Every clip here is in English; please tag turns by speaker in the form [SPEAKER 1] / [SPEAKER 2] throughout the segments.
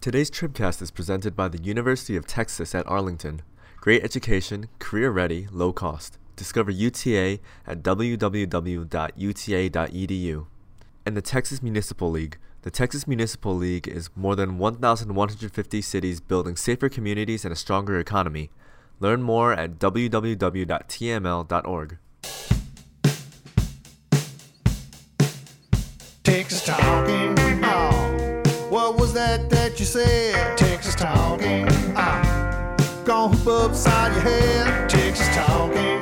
[SPEAKER 1] Today's Tribcast is presented by the University of Texas at Arlington. Great education, career ready, low cost. Discover UTA at www.uta.edu. E And the Texas Municipal League. The Texas Municipal League is more than 1,150 cities building safer communities and a stronger economy. Learn more at www.tml.org.
[SPEAKER 2] Texas talking. Oh,
[SPEAKER 3] What was that that you said?
[SPEAKER 2] Texas talking. Ah,
[SPEAKER 3] Gone hoop upside your head.
[SPEAKER 2] Texas talking.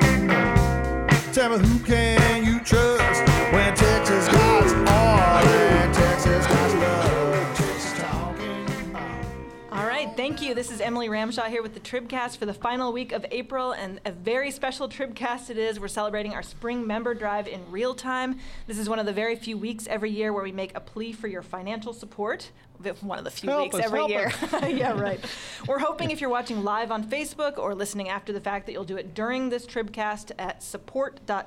[SPEAKER 3] Tell me who can you trust when Texas got all and Texas got love.
[SPEAKER 2] Texas talking. Ah.
[SPEAKER 4] All right, thank you. This is Emily Ramshaw here with the Tribcast for the final week of April, and a very special Tribcast it is. We're celebrating our spring member drive in real time. This is one of the very few weeks every year where we make a plea for your financial support. The- One of the few
[SPEAKER 2] Help
[SPEAKER 4] weeks
[SPEAKER 2] us,
[SPEAKER 4] every
[SPEAKER 2] help
[SPEAKER 4] year.
[SPEAKER 2] us.
[SPEAKER 4] yeah, right. We're hoping if you're watching live on Facebook or listening after the fact that you'll do it during this Tribcast at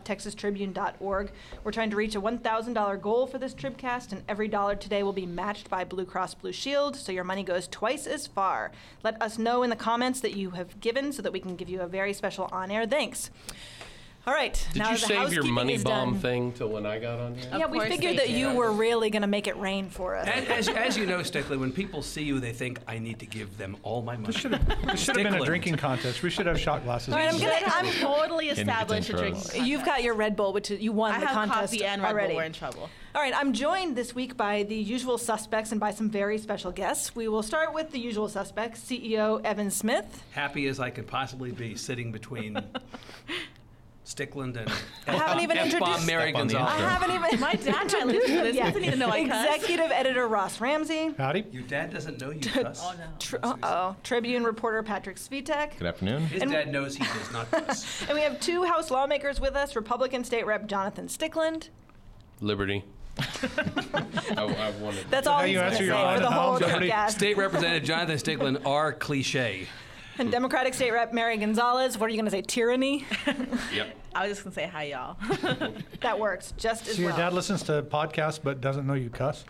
[SPEAKER 4] support.texastribune.org. We're trying to reach a $1,000 goal for this Tribcast, and every dollar today will be matched by Blue Cross Blue Shield, so your money goes twice as far. Let us know in the comments that you have given so that we can give you a very special on air thanks. All right.
[SPEAKER 5] Did
[SPEAKER 4] now
[SPEAKER 5] you
[SPEAKER 4] the
[SPEAKER 5] save your
[SPEAKER 4] housekeeping
[SPEAKER 5] money
[SPEAKER 4] is
[SPEAKER 5] bomb
[SPEAKER 4] done. Oh.
[SPEAKER 5] thing till when I got on here?
[SPEAKER 4] Yeah, we
[SPEAKER 6] course
[SPEAKER 4] figured
[SPEAKER 6] they
[SPEAKER 4] that you
[SPEAKER 6] did.
[SPEAKER 4] were really going to make it rain for us.
[SPEAKER 7] And as, as you know, Stickley, when people see you, they think, I need to give them all my money.
[SPEAKER 8] This should have, this should have been a
[SPEAKER 7] Stickler.
[SPEAKER 8] drinking contest. We should have shot glasses.
[SPEAKER 4] All right, I'm
[SPEAKER 6] You
[SPEAKER 4] gonna-
[SPEAKER 6] guys have
[SPEAKER 4] I'm-
[SPEAKER 6] totally established a drinking contest.
[SPEAKER 4] You've got your Red Bull, which is, you won
[SPEAKER 6] I
[SPEAKER 4] the
[SPEAKER 6] have
[SPEAKER 4] contest
[SPEAKER 6] coffee and Red
[SPEAKER 4] already.
[SPEAKER 6] Bull. We're in trouble.
[SPEAKER 4] All right, I'm joined this week by the usual suspects and by some very special guests. We will start with the usual suspects, CEO Evan Smith.
[SPEAKER 7] Happy as I could possibly be, sitting between Stickland and
[SPEAKER 4] I haven't even
[SPEAKER 7] F-bomb
[SPEAKER 4] introduced.
[SPEAKER 7] Mary
[SPEAKER 5] on the
[SPEAKER 4] I
[SPEAKER 7] Gonzalez.
[SPEAKER 4] haven't even.
[SPEAKER 6] My dad might listen to this.
[SPEAKER 4] Yeah.
[SPEAKER 6] He doesn't even know I cuss.
[SPEAKER 4] Executive editor Ross Ramsey.
[SPEAKER 8] Howdy.
[SPEAKER 7] Your dad doesn't know you, cuss.
[SPEAKER 6] Oh, no.
[SPEAKER 4] Tr- uh-oh, Tribune reporter Patrick Svitek.
[SPEAKER 9] Good afternoon.
[SPEAKER 7] His
[SPEAKER 4] And-
[SPEAKER 7] dad knows he does not cuss.
[SPEAKER 4] And we have two House lawmakers with us, Republican State Rep Jonathan Stickland.
[SPEAKER 5] Liberty. I, I wanted.
[SPEAKER 4] That's all
[SPEAKER 8] how
[SPEAKER 4] he's
[SPEAKER 8] you
[SPEAKER 4] going to
[SPEAKER 8] answer
[SPEAKER 4] say
[SPEAKER 8] your
[SPEAKER 4] for the whole
[SPEAKER 8] own house?
[SPEAKER 4] podcast.
[SPEAKER 7] State Representative Jonathan Stickland are cliche.
[SPEAKER 4] And Democratic State Rep Mary Gonzalez. What are you going to say, tyranny?
[SPEAKER 5] Yep.
[SPEAKER 6] I was just gonna say hi, y'all.
[SPEAKER 4] That works just as
[SPEAKER 8] So your
[SPEAKER 4] well.
[SPEAKER 8] dad listens to podcasts but doesn't know you cuss.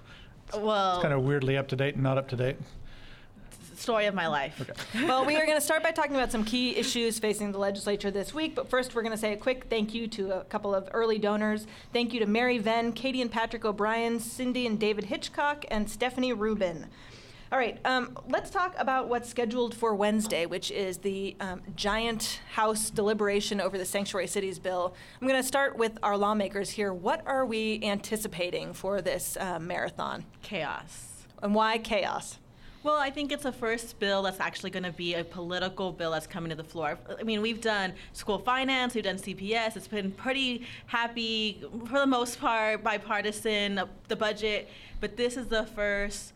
[SPEAKER 6] well,
[SPEAKER 8] Kind of weirdly up to date and not up to date.
[SPEAKER 6] story of my life.
[SPEAKER 4] Well, we are going to start by talking about some key issues facing the legislature this week. But first, we're going to say a quick thank you to a couple of early donors. Thank you to Mary Venn, Katie and Patrick O'Brien, Cindy and David Hitchcock, and Stephanie Rubin. All right, um, let's talk about what's scheduled for Wednesday, which is the um, giant House deliberation over the sanctuary cities bill. I'm going to start with our lawmakers here. What are we anticipating for this uh, marathon,
[SPEAKER 6] Chaos.
[SPEAKER 4] and why chaos?
[SPEAKER 6] Well, I think it's the first bill that's actually going to be a political bill that's coming to the floor. I mean, we've done school finance, we've done CPS. It's been pretty happy for the most part, bipartisan, uh, the budget. But this is the first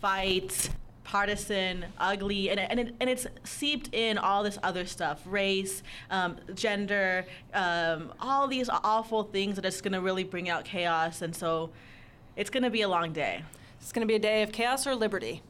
[SPEAKER 6] fight, partisan, ugly, and and, it, and it's seeped in all this other stuff, race, um, gender, um, all these awful things that is going to really bring out chaos. And so, it's going to be a long day.
[SPEAKER 4] It's going to be a day of chaos or liberty.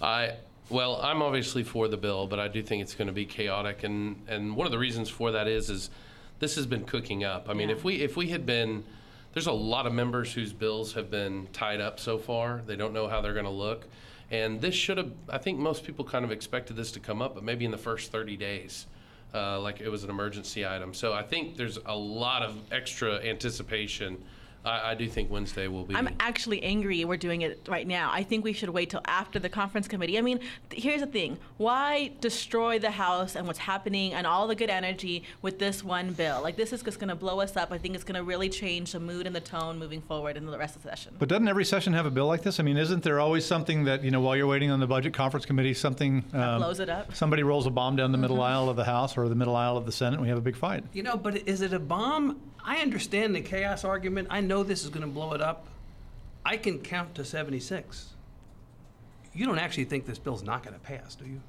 [SPEAKER 5] I well, I'm obviously for the bill, but I do think it's going to be chaotic, and and one of the reasons for that is is this has been cooking up. I mean, if we if we had been there's a lot of members whose bills have been tied up so far. They don't know how they're going to look. And this should have, I think most people kind of expected this to come up, but maybe in the first 30 days, uh, like it was an emergency item. So I think there's a lot of extra anticipation. I, I do think Wednesday will be.
[SPEAKER 6] I'm actually angry we're doing it right now. I think we should wait till after the conference committee. I mean, th- here's the thing why destroy the House and what's happening and all the good energy with this one bill? Like, this is just going to blow us up. I think it's going to really change the mood and the tone moving forward in the rest of the session.
[SPEAKER 8] But doesn't every session have a bill like this? I mean, isn't there always something that, you know, while you're waiting on the budget conference committee, something um,
[SPEAKER 6] blows it up.
[SPEAKER 8] Somebody rolls a bomb down the middle
[SPEAKER 4] Mm-hmm.
[SPEAKER 8] aisle of the House or the middle aisle of the Senate, and we have a big fight.
[SPEAKER 7] You know, but is it a bomb? I understand the chaos argument. I know this is going to blow it up. I can count to 76. You don't actually think this bill's not going to pass, do you?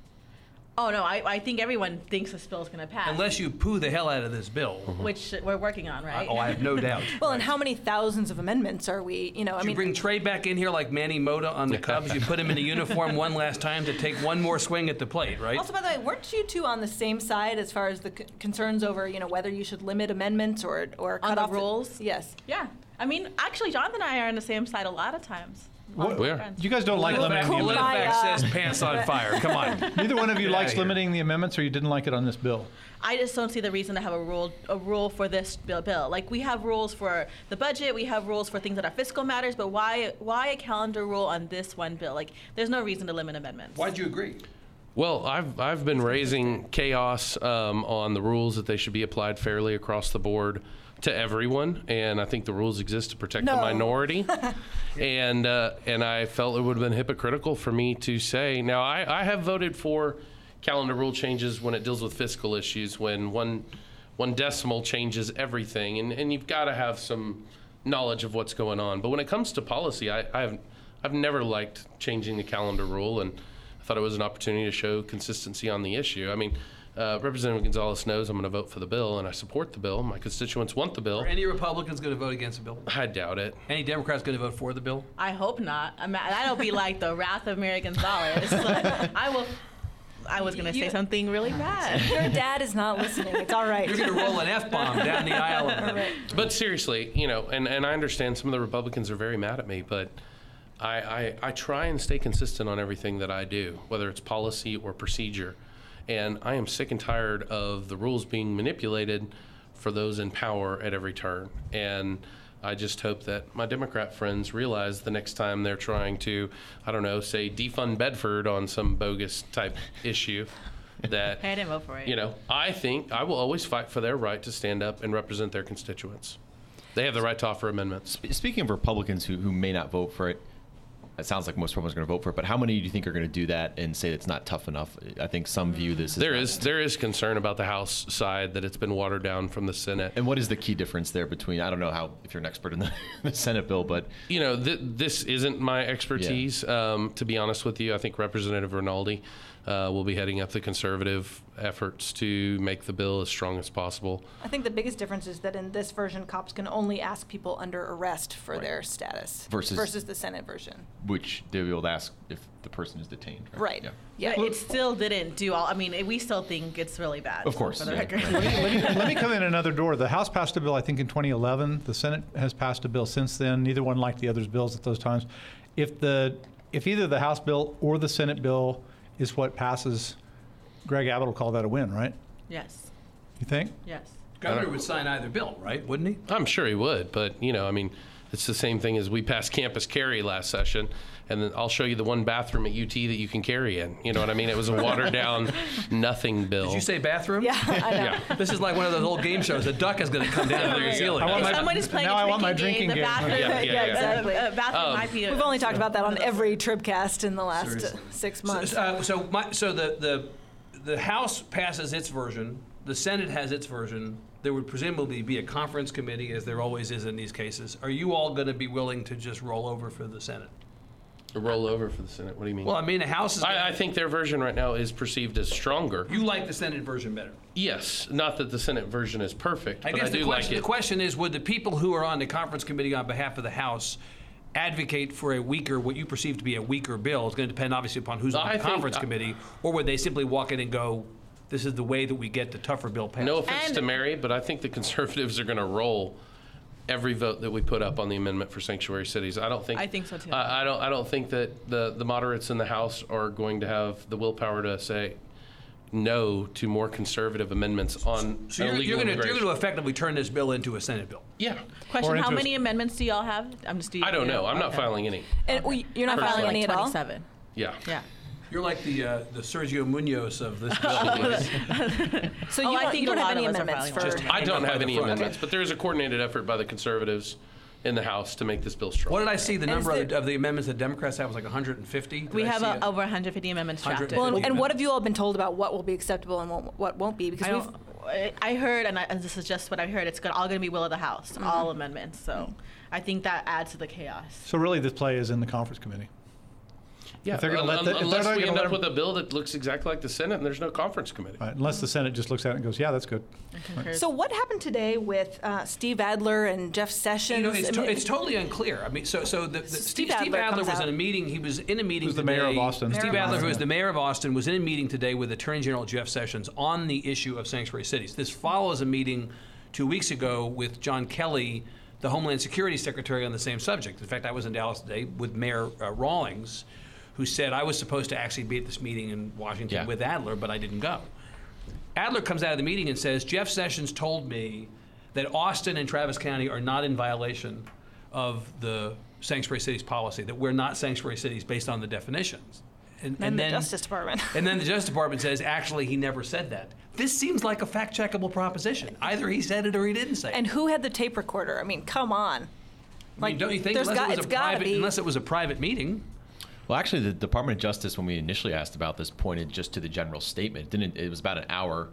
[SPEAKER 6] Oh, no, I, I think everyone thinks this bill is going to pass,
[SPEAKER 7] Unless you poo the hell out of this bill.
[SPEAKER 6] which we're working on,
[SPEAKER 7] I-
[SPEAKER 6] right?
[SPEAKER 7] oh, I have no doubt.
[SPEAKER 4] Well, and how many thousands of amendments are we, you know, I
[SPEAKER 7] You
[SPEAKER 4] mean,
[SPEAKER 7] bring Trey back in here like Manny Mota on the Cubs. You put him in a uniform one last time to take one more swing at the plate, right?
[SPEAKER 4] also, by the way, weren't you two on the same side as far as the c- concerns over, you know, whether you should limit amendments or, or
[SPEAKER 6] On
[SPEAKER 4] cut
[SPEAKER 6] the
[SPEAKER 4] off
[SPEAKER 6] rules?
[SPEAKER 4] yes.
[SPEAKER 6] yeah. I mean, actually, Jonathan and I are on the same side a lot of times.
[SPEAKER 8] What-
[SPEAKER 5] We are.
[SPEAKER 8] You guys don't like limiting the
[SPEAKER 4] Cool. uh,
[SPEAKER 8] amendments.
[SPEAKER 4] Kumbaya.
[SPEAKER 5] Politifact says pants on fire. Come on.
[SPEAKER 8] Neither one of you
[SPEAKER 5] Get outta
[SPEAKER 8] likes
[SPEAKER 5] here.
[SPEAKER 8] limiting the amendments, or you didn't like it on this bill.
[SPEAKER 6] I just don't see the reason to have a rule a rule for this bill. bill. Like we have rules for the budget, we have rules for things that are fiscal matters, but why why a calendar rule on this one bill? Like there's no reason to limit amendments.
[SPEAKER 7] Why'd you agree?
[SPEAKER 5] Well, I've I've been raising chaos um, on the rules that they should be applied fairly across the board to everyone, and I think the rules exist to protect
[SPEAKER 4] No.
[SPEAKER 5] the minority. and uh, and I felt it would have been hypocritical for me to say. Now I, I have voted for calendar rule changes when it deals with fiscal issues, when one one decimal changes everything, and, and you've got to have some knowledge of what's going on. But when it comes to policy, I, I have I've never liked changing the calendar rule, and I thought it was an opportunity to show consistency on the issue. I mean. Uh, Representative Gonzalez knows I'm going to vote for the bill, and I support the bill. My constituents want the bill.
[SPEAKER 7] Are any Republicans going to vote against the bill?
[SPEAKER 5] I doubt it.
[SPEAKER 7] Any Democrats going to vote for the bill?
[SPEAKER 6] I hope not. I'm, that'll be like the wrath of Mary Gonzalez. I will. I was gonna say
[SPEAKER 4] You-
[SPEAKER 6] something really bad.
[SPEAKER 4] Your dad is not listening. It's all right.
[SPEAKER 7] You're going to roll an F bomb down the aisle. of it.
[SPEAKER 5] But seriously, you know, and, and I understand some of the Republicans are very mad at me, but I, I, I try and stay consistent on everything that I do, whether it's policy or procedure. And I am sick and tired of the rules being manipulated for those in power at every turn. And I just hope that my Democrat friends realize the next time they're trying to, I don't know, say defund Bedford on some bogus type issue, that
[SPEAKER 6] Hey, I didn't vote for it.
[SPEAKER 5] you know, I think I will always fight for their right to stand up and represent their constituents. They have the right to offer amendments.
[SPEAKER 9] Sp- Speaking of Republicans who, who may not vote for it, it sounds like most Republicans are going to vote for it, but how many do you think are going to do that and say it's not tough enough? I think some
[SPEAKER 6] Mm.
[SPEAKER 9] view this as
[SPEAKER 5] There
[SPEAKER 9] not-
[SPEAKER 5] is there is concern about the House side that it's been watered down from the Senate.
[SPEAKER 9] And what is the key difference there between, I don't know how, if you're an expert in the, the Senate bill, but
[SPEAKER 5] You know, th- this isn't my expertise. Um, to be honest with you, I think Representative Rinaldi uh, will be heading up the conservative efforts to make the bill as strong as possible.
[SPEAKER 4] I think the biggest difference is that in this version, cops can only ask people under arrest for their status
[SPEAKER 9] Versus-
[SPEAKER 4] versus the Senate version.
[SPEAKER 9] which they will ask if the person is detained.
[SPEAKER 4] Right.
[SPEAKER 9] Yeah.
[SPEAKER 4] Yeah.
[SPEAKER 6] But it still didn't do all. I mean, we still think it's really bad.
[SPEAKER 9] Of course,
[SPEAKER 6] For the
[SPEAKER 9] yeah.
[SPEAKER 6] record.
[SPEAKER 8] let, me, let me come in another door. The House passed a bill, I think, in 2011. The Senate has passed a bill since then. Neither one liked the other's bills at those times. If the if either the House bill or the Senate bill is what passes, Greg Abbott will call that a win, right?
[SPEAKER 6] yes.
[SPEAKER 8] You think?
[SPEAKER 6] Yes.
[SPEAKER 7] Governor would sign either bill, right? Wouldn't he?
[SPEAKER 5] I'm sure he would, but you know, I mean, it's the same thing as we passed campus carry last session, and then I'll show you the one bathroom at UT that you can carry in. You know what I mean? It was a watered down nothing bill.
[SPEAKER 7] Did you say bathroom?
[SPEAKER 4] yeah, I know.
[SPEAKER 5] Yeah.
[SPEAKER 7] This is like one of those old game shows. A duck is going to come down to their ceiling.
[SPEAKER 8] I want
[SPEAKER 6] If
[SPEAKER 8] my-
[SPEAKER 6] someone is playing
[SPEAKER 8] now
[SPEAKER 6] a
[SPEAKER 8] I want my
[SPEAKER 6] drinking game,
[SPEAKER 8] drinking
[SPEAKER 6] the
[SPEAKER 8] game.
[SPEAKER 6] bathroom.
[SPEAKER 5] Yeah, yeah, yeah.
[SPEAKER 4] Exactly.
[SPEAKER 6] Uh, uh, bathroom might be.
[SPEAKER 4] We've only talked about that on every Tribcast in the last uh,
[SPEAKER 7] Seriously.
[SPEAKER 4] six
[SPEAKER 7] So-
[SPEAKER 4] months.
[SPEAKER 7] So, so my, so the, the, the House passes its version, the Senate has its version. There would presumably be a conference committee, as there always is in these cases. Are you all going to be willing to just roll over for the Senate?
[SPEAKER 5] roll over for the Senate? What do you mean?
[SPEAKER 7] Well, I mean, the House is.
[SPEAKER 5] I, I think their version right now is perceived as stronger.
[SPEAKER 7] you like the Senate version better.
[SPEAKER 5] Yes, not that the Senate version is perfect,
[SPEAKER 7] I
[SPEAKER 5] but
[SPEAKER 7] guess
[SPEAKER 5] I do
[SPEAKER 7] the question,
[SPEAKER 5] like it.
[SPEAKER 7] the question is would the people who are on the conference committee on behalf of the House advocate for a weaker, what you perceive to be a weaker bill? It's going to depend obviously upon who's
[SPEAKER 5] I
[SPEAKER 7] on the
[SPEAKER 5] think- uh,
[SPEAKER 7] conference committee, or would they simply walk in and go, this is the way that we get the tougher bill passed?
[SPEAKER 5] No offense
[SPEAKER 6] And-
[SPEAKER 5] to Mary, but I think the conservatives are going to roll every vote that we put up on the amendment for sanctuary cities. I don't think.
[SPEAKER 6] I think so, too.
[SPEAKER 5] I, I don't. I don't think that the the moderates in the House are going to have the willpower to say no to more conservative amendments on
[SPEAKER 7] So you're,
[SPEAKER 5] illegal
[SPEAKER 7] you're going to
[SPEAKER 5] immigration.
[SPEAKER 7] effectively turn this bill into a Senate bill.
[SPEAKER 5] yeah.
[SPEAKER 6] Question: How
[SPEAKER 8] interest.
[SPEAKER 6] many amendments do y'all have? I'm just.
[SPEAKER 5] I don't know. I'm not
[SPEAKER 6] Okay.
[SPEAKER 5] filing any.
[SPEAKER 4] and we- you're not
[SPEAKER 5] First
[SPEAKER 4] filing
[SPEAKER 5] one.
[SPEAKER 4] any at all.
[SPEAKER 6] Twenty-seven.
[SPEAKER 5] Yeah.
[SPEAKER 6] Yeah.
[SPEAKER 7] You're like the uh, the Sergio Munoz of this bill.
[SPEAKER 4] So
[SPEAKER 6] Oh,
[SPEAKER 4] you
[SPEAKER 6] I
[SPEAKER 4] don't,
[SPEAKER 6] think
[SPEAKER 4] you don't
[SPEAKER 6] a
[SPEAKER 4] have
[SPEAKER 6] lot
[SPEAKER 4] any
[SPEAKER 6] of us are
[SPEAKER 4] amendments for.
[SPEAKER 6] filing one.
[SPEAKER 5] I don't
[SPEAKER 7] up by
[SPEAKER 5] have
[SPEAKER 7] the
[SPEAKER 5] any
[SPEAKER 7] front.
[SPEAKER 5] amendments, but there is a coordinated effort by the conservatives in the House to make this bill strong.
[SPEAKER 7] what did I see? The number of,
[SPEAKER 4] there-
[SPEAKER 7] of the amendments that Democrats have was like 150. Did
[SPEAKER 6] We
[SPEAKER 7] I
[SPEAKER 6] have
[SPEAKER 7] see
[SPEAKER 6] uh,
[SPEAKER 7] it?
[SPEAKER 6] over 150 amendments drafted.
[SPEAKER 7] 150.
[SPEAKER 4] Well, and- and
[SPEAKER 7] amendments.
[SPEAKER 4] what have you all been told about what will be acceptable and won't- what won't be? Because
[SPEAKER 6] I,
[SPEAKER 4] we've
[SPEAKER 6] don't, I- I heard, and, I, and this is just what I heard. It's good, all going to be will of the House, all amendments. So I think that adds to the chaos.
[SPEAKER 8] So really, this play is in the conference committee.
[SPEAKER 5] Yeah,
[SPEAKER 8] If they're gonna let
[SPEAKER 5] un-
[SPEAKER 8] the- if they're
[SPEAKER 5] unless
[SPEAKER 8] not
[SPEAKER 5] we
[SPEAKER 8] gonna
[SPEAKER 5] end
[SPEAKER 8] let
[SPEAKER 5] up
[SPEAKER 8] them-
[SPEAKER 5] with a bill that looks exactly like the Senate and there's no conference committee.
[SPEAKER 8] Right. Unless the Senate just looks at it and goes, "Yeah, that's good."
[SPEAKER 4] So what happened today with uh, Steve Adler and Jeff Sessions?
[SPEAKER 7] You know, it's,
[SPEAKER 4] I
[SPEAKER 7] to,
[SPEAKER 4] mean,
[SPEAKER 7] it's totally unclear. I mean, so so the, the Steve, Steve Adler,
[SPEAKER 4] Adler comes
[SPEAKER 7] was in
[SPEAKER 4] out.
[SPEAKER 7] a meeting. He was in a meeting.
[SPEAKER 8] Who's the
[SPEAKER 7] today.
[SPEAKER 8] mayor of Austin. Mayor
[SPEAKER 7] Steve
[SPEAKER 4] of
[SPEAKER 7] Adler, who
[SPEAKER 4] Austin.
[SPEAKER 7] is the mayor of Austin, was in a meeting today with Attorney General Jeff Sessions on the issue of sanctuary cities. This follows a meeting two weeks ago with John Kelly. the Homeland Security Secretary on the same subject. In fact, I was in Dallas today with Mayor uh, Rawlings, who said I was supposed to actually be at this meeting in Washington
[SPEAKER 9] Yeah.
[SPEAKER 7] with Adler, but I didn't go. Adler comes out of the meeting and says, Jeff Sessions told me that Austin and Travis County are not in violation of the sanctuary cities policy, that we're not sanctuary cities based on the definitions. And,
[SPEAKER 4] And the Justice Department.
[SPEAKER 7] and then the Justice Department says, actually, he never said that. This seems like a fact checkable proposition. Either he said it or he didn't say it.
[SPEAKER 4] And who had the tape recorder? I mean, come on.
[SPEAKER 7] I mean, don't you think
[SPEAKER 4] there's
[SPEAKER 7] unless,
[SPEAKER 4] got-
[SPEAKER 7] it was
[SPEAKER 4] it's
[SPEAKER 7] a
[SPEAKER 4] gotta
[SPEAKER 7] private,
[SPEAKER 4] be-
[SPEAKER 7] unless it was a private meeting?
[SPEAKER 9] Well, actually, the Department of Justice, when we initially asked about this, pointed just to the general statement. Didn't it was about an hour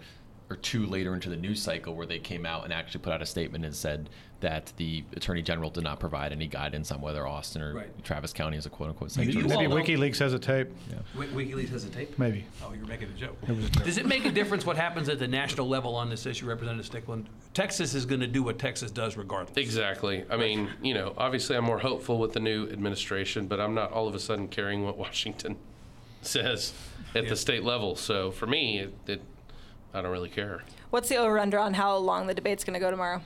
[SPEAKER 9] or two later into the news cycle where they came out and actually put out a statement and said that the Attorney General did not provide any guidance on whether Austin or
[SPEAKER 7] Right.
[SPEAKER 9] Travis County is a quote unquote
[SPEAKER 7] You-
[SPEAKER 9] sanctuary.
[SPEAKER 7] you
[SPEAKER 9] city.
[SPEAKER 8] Maybe
[SPEAKER 7] Well, no.
[SPEAKER 8] WikiLeaks has a tape.
[SPEAKER 7] Wi- WikiLeaks has a tape?
[SPEAKER 8] Maybe.
[SPEAKER 7] Oh, you're making a joke. Does it make a difference what happens at the national level on this issue, Representative Stickland? Texas is going to do what Texas does regardless.
[SPEAKER 5] Exactly. I mean, you know, obviously I'm more hopeful with the new administration, but I'm not all of a sudden carrying what Washington says at the state level. So for me, it, it, I don't really care.
[SPEAKER 4] What's the over under on how long the debate's going to go tomorrow?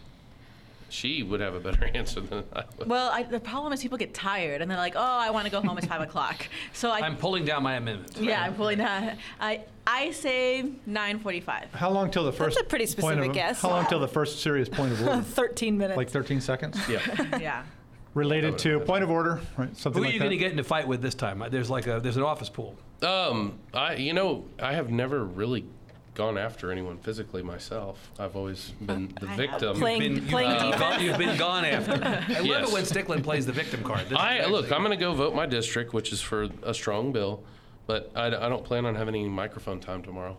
[SPEAKER 5] She would have a better answer than I would.
[SPEAKER 6] Well, I, the problem is people get tired and they're like, "Oh, I want to go home. It's five o'clock." So I,
[SPEAKER 7] I'm pulling down my amendment.
[SPEAKER 6] yeah, I'm pulling that. I I say nine forty-five.
[SPEAKER 8] How long till the first?
[SPEAKER 4] a pretty
[SPEAKER 8] point
[SPEAKER 4] specific
[SPEAKER 8] of,
[SPEAKER 4] guess.
[SPEAKER 8] How long till the first serious point of order?
[SPEAKER 4] 13 minutes.
[SPEAKER 8] like 13 seconds.
[SPEAKER 9] Yeah.
[SPEAKER 6] Yeah.
[SPEAKER 8] Related to point of order, right? Something
[SPEAKER 7] Who are
[SPEAKER 8] like
[SPEAKER 7] you
[SPEAKER 8] that.
[SPEAKER 7] going to get in a fight with this time? There's like a there's an office pool.
[SPEAKER 5] Um, I you know I have never really gone after anyone physically myself. I've always been the
[SPEAKER 6] I have.
[SPEAKER 5] victim.
[SPEAKER 4] Playing-
[SPEAKER 7] you've
[SPEAKER 4] playing
[SPEAKER 7] been
[SPEAKER 4] defense.
[SPEAKER 7] gone- You've been gone after. I love
[SPEAKER 5] Yes.
[SPEAKER 7] it when Stickland plays the victim card. This
[SPEAKER 5] I
[SPEAKER 7] is
[SPEAKER 5] look.
[SPEAKER 7] actually-
[SPEAKER 5] I'm going to go vote my district, which is for a strong bill, but I, d- I don't plan on having any microphone time tomorrow.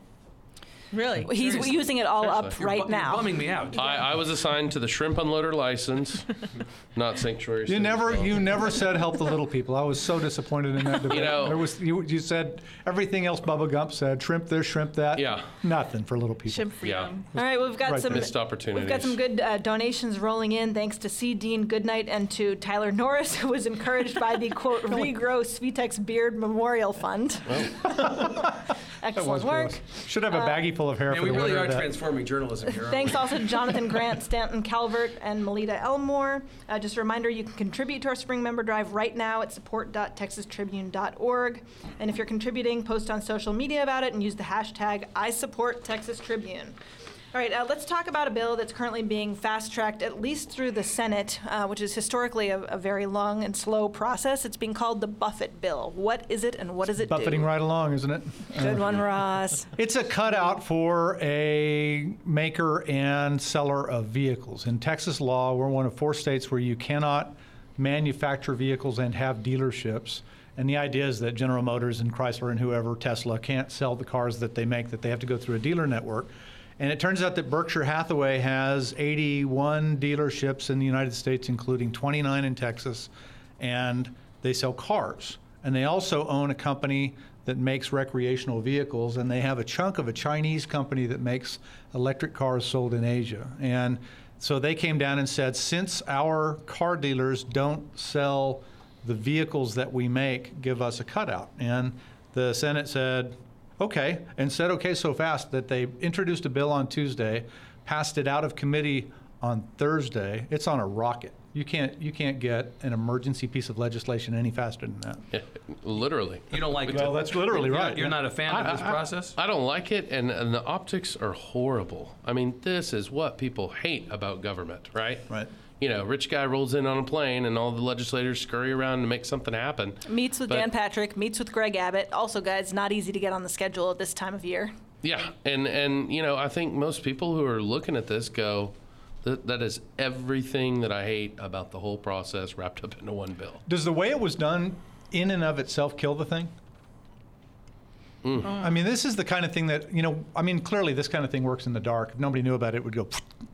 [SPEAKER 6] Really?
[SPEAKER 4] He's
[SPEAKER 5] Seriously.
[SPEAKER 4] using it all up
[SPEAKER 5] Seriously.
[SPEAKER 7] You're bu-
[SPEAKER 4] right
[SPEAKER 7] you're
[SPEAKER 4] now.
[SPEAKER 7] bumming me out.
[SPEAKER 5] I, I was assigned to the shrimp unloader license, not sanctuary.
[SPEAKER 8] You
[SPEAKER 5] city,
[SPEAKER 8] never,
[SPEAKER 5] so-
[SPEAKER 8] you never said help the little people. I was so disappointed in that debate.
[SPEAKER 5] know-
[SPEAKER 8] there was, you, you said everything else Bubba Gump said, shrimp this, shrimp that.
[SPEAKER 5] Yeah.
[SPEAKER 8] Nothing for little people.
[SPEAKER 6] Shrimp
[SPEAKER 5] Yeah.
[SPEAKER 6] freedom.
[SPEAKER 4] All right, we've got
[SPEAKER 8] Right
[SPEAKER 4] some
[SPEAKER 8] there.
[SPEAKER 5] Missed opportunities.
[SPEAKER 4] We've got some good uh, donations rolling in, thanks to C. Dean Goodnight and to Tyler Norris, who was encouraged by the quote regrow Svitex Beard Memorial Fund.
[SPEAKER 8] That was
[SPEAKER 4] Excellent work.
[SPEAKER 8] gross. Should have a baggie full of hair
[SPEAKER 7] And
[SPEAKER 8] for
[SPEAKER 7] we
[SPEAKER 8] the
[SPEAKER 7] really
[SPEAKER 8] winner of
[SPEAKER 7] are
[SPEAKER 8] that.
[SPEAKER 7] transforming journalism here. aren't we?
[SPEAKER 4] Thanks also to Jonathan Grant, Stanton Calvert, and Melita Elmore. Uh, just a reminder, you can contribute to our spring member drive right now at support.texastribune.org. And if you're contributing, post on social media about it and use the hashtag I support Texas Tribune. All right, uh, let's talk about a bill that's currently being fast tracked, at least through the Senate, uh, which is historically a, a very long and slow process. It's being called the Buffett Bill. What is it and what does it
[SPEAKER 8] Buffeting
[SPEAKER 4] do?
[SPEAKER 8] right along, isn't it?
[SPEAKER 4] Good one, Ross.
[SPEAKER 8] It's a cutout for a maker and seller of vehicles. In Texas law, we're one of four states where you cannot manufacture vehicles and have dealerships. And the idea is that General Motors and Chrysler and whoever, Tesla, can't sell the cars that they make, that they have to go through a dealer network. And it turns out that Berkshire Hathaway has 81 dealerships in the United States, including 29 in Texas, and they sell cars. And they also own a company that makes recreational vehicles, and they have a chunk of a Chinese company that makes electric cars sold in Asia. And so they came down and said, since our car dealers don't sell the vehicles that we make, give us a cutout. And the Senate said, okay, and said okay so fast that they introduced a bill on Tuesday, passed it out of committee on Thursday. It's on a rocket. You can't you can't get an emergency piece of legislation any faster than that.
[SPEAKER 5] Literally.
[SPEAKER 7] You don't like it.
[SPEAKER 8] Well, that's literally
[SPEAKER 7] You're-
[SPEAKER 8] right.
[SPEAKER 7] You're not a fan of
[SPEAKER 8] I-
[SPEAKER 7] this
[SPEAKER 8] I-
[SPEAKER 7] process?
[SPEAKER 5] I don't like it, and, and the optics are horrible. I mean, this is what people hate about government, right?
[SPEAKER 8] Right.
[SPEAKER 5] You know, rich guy rolls in on a plane, and all the legislators scurry around to make something happen.
[SPEAKER 4] Meets with
[SPEAKER 5] But-
[SPEAKER 4] Dan Patrick, meets with Greg Abbott. Also, guys, not easy to get on the schedule at this time of year.
[SPEAKER 5] Yeah, and and you know, I think most people who are looking at this go, that that is everything that I hate about the whole process wrapped up into one bill.
[SPEAKER 8] Does the way it was done in and of itself kill the thing?
[SPEAKER 7] Mm.
[SPEAKER 8] I mean, this is the kind of thing that, you know, I mean, clearly this kind of thing works in the dark. If nobody knew about it, it would go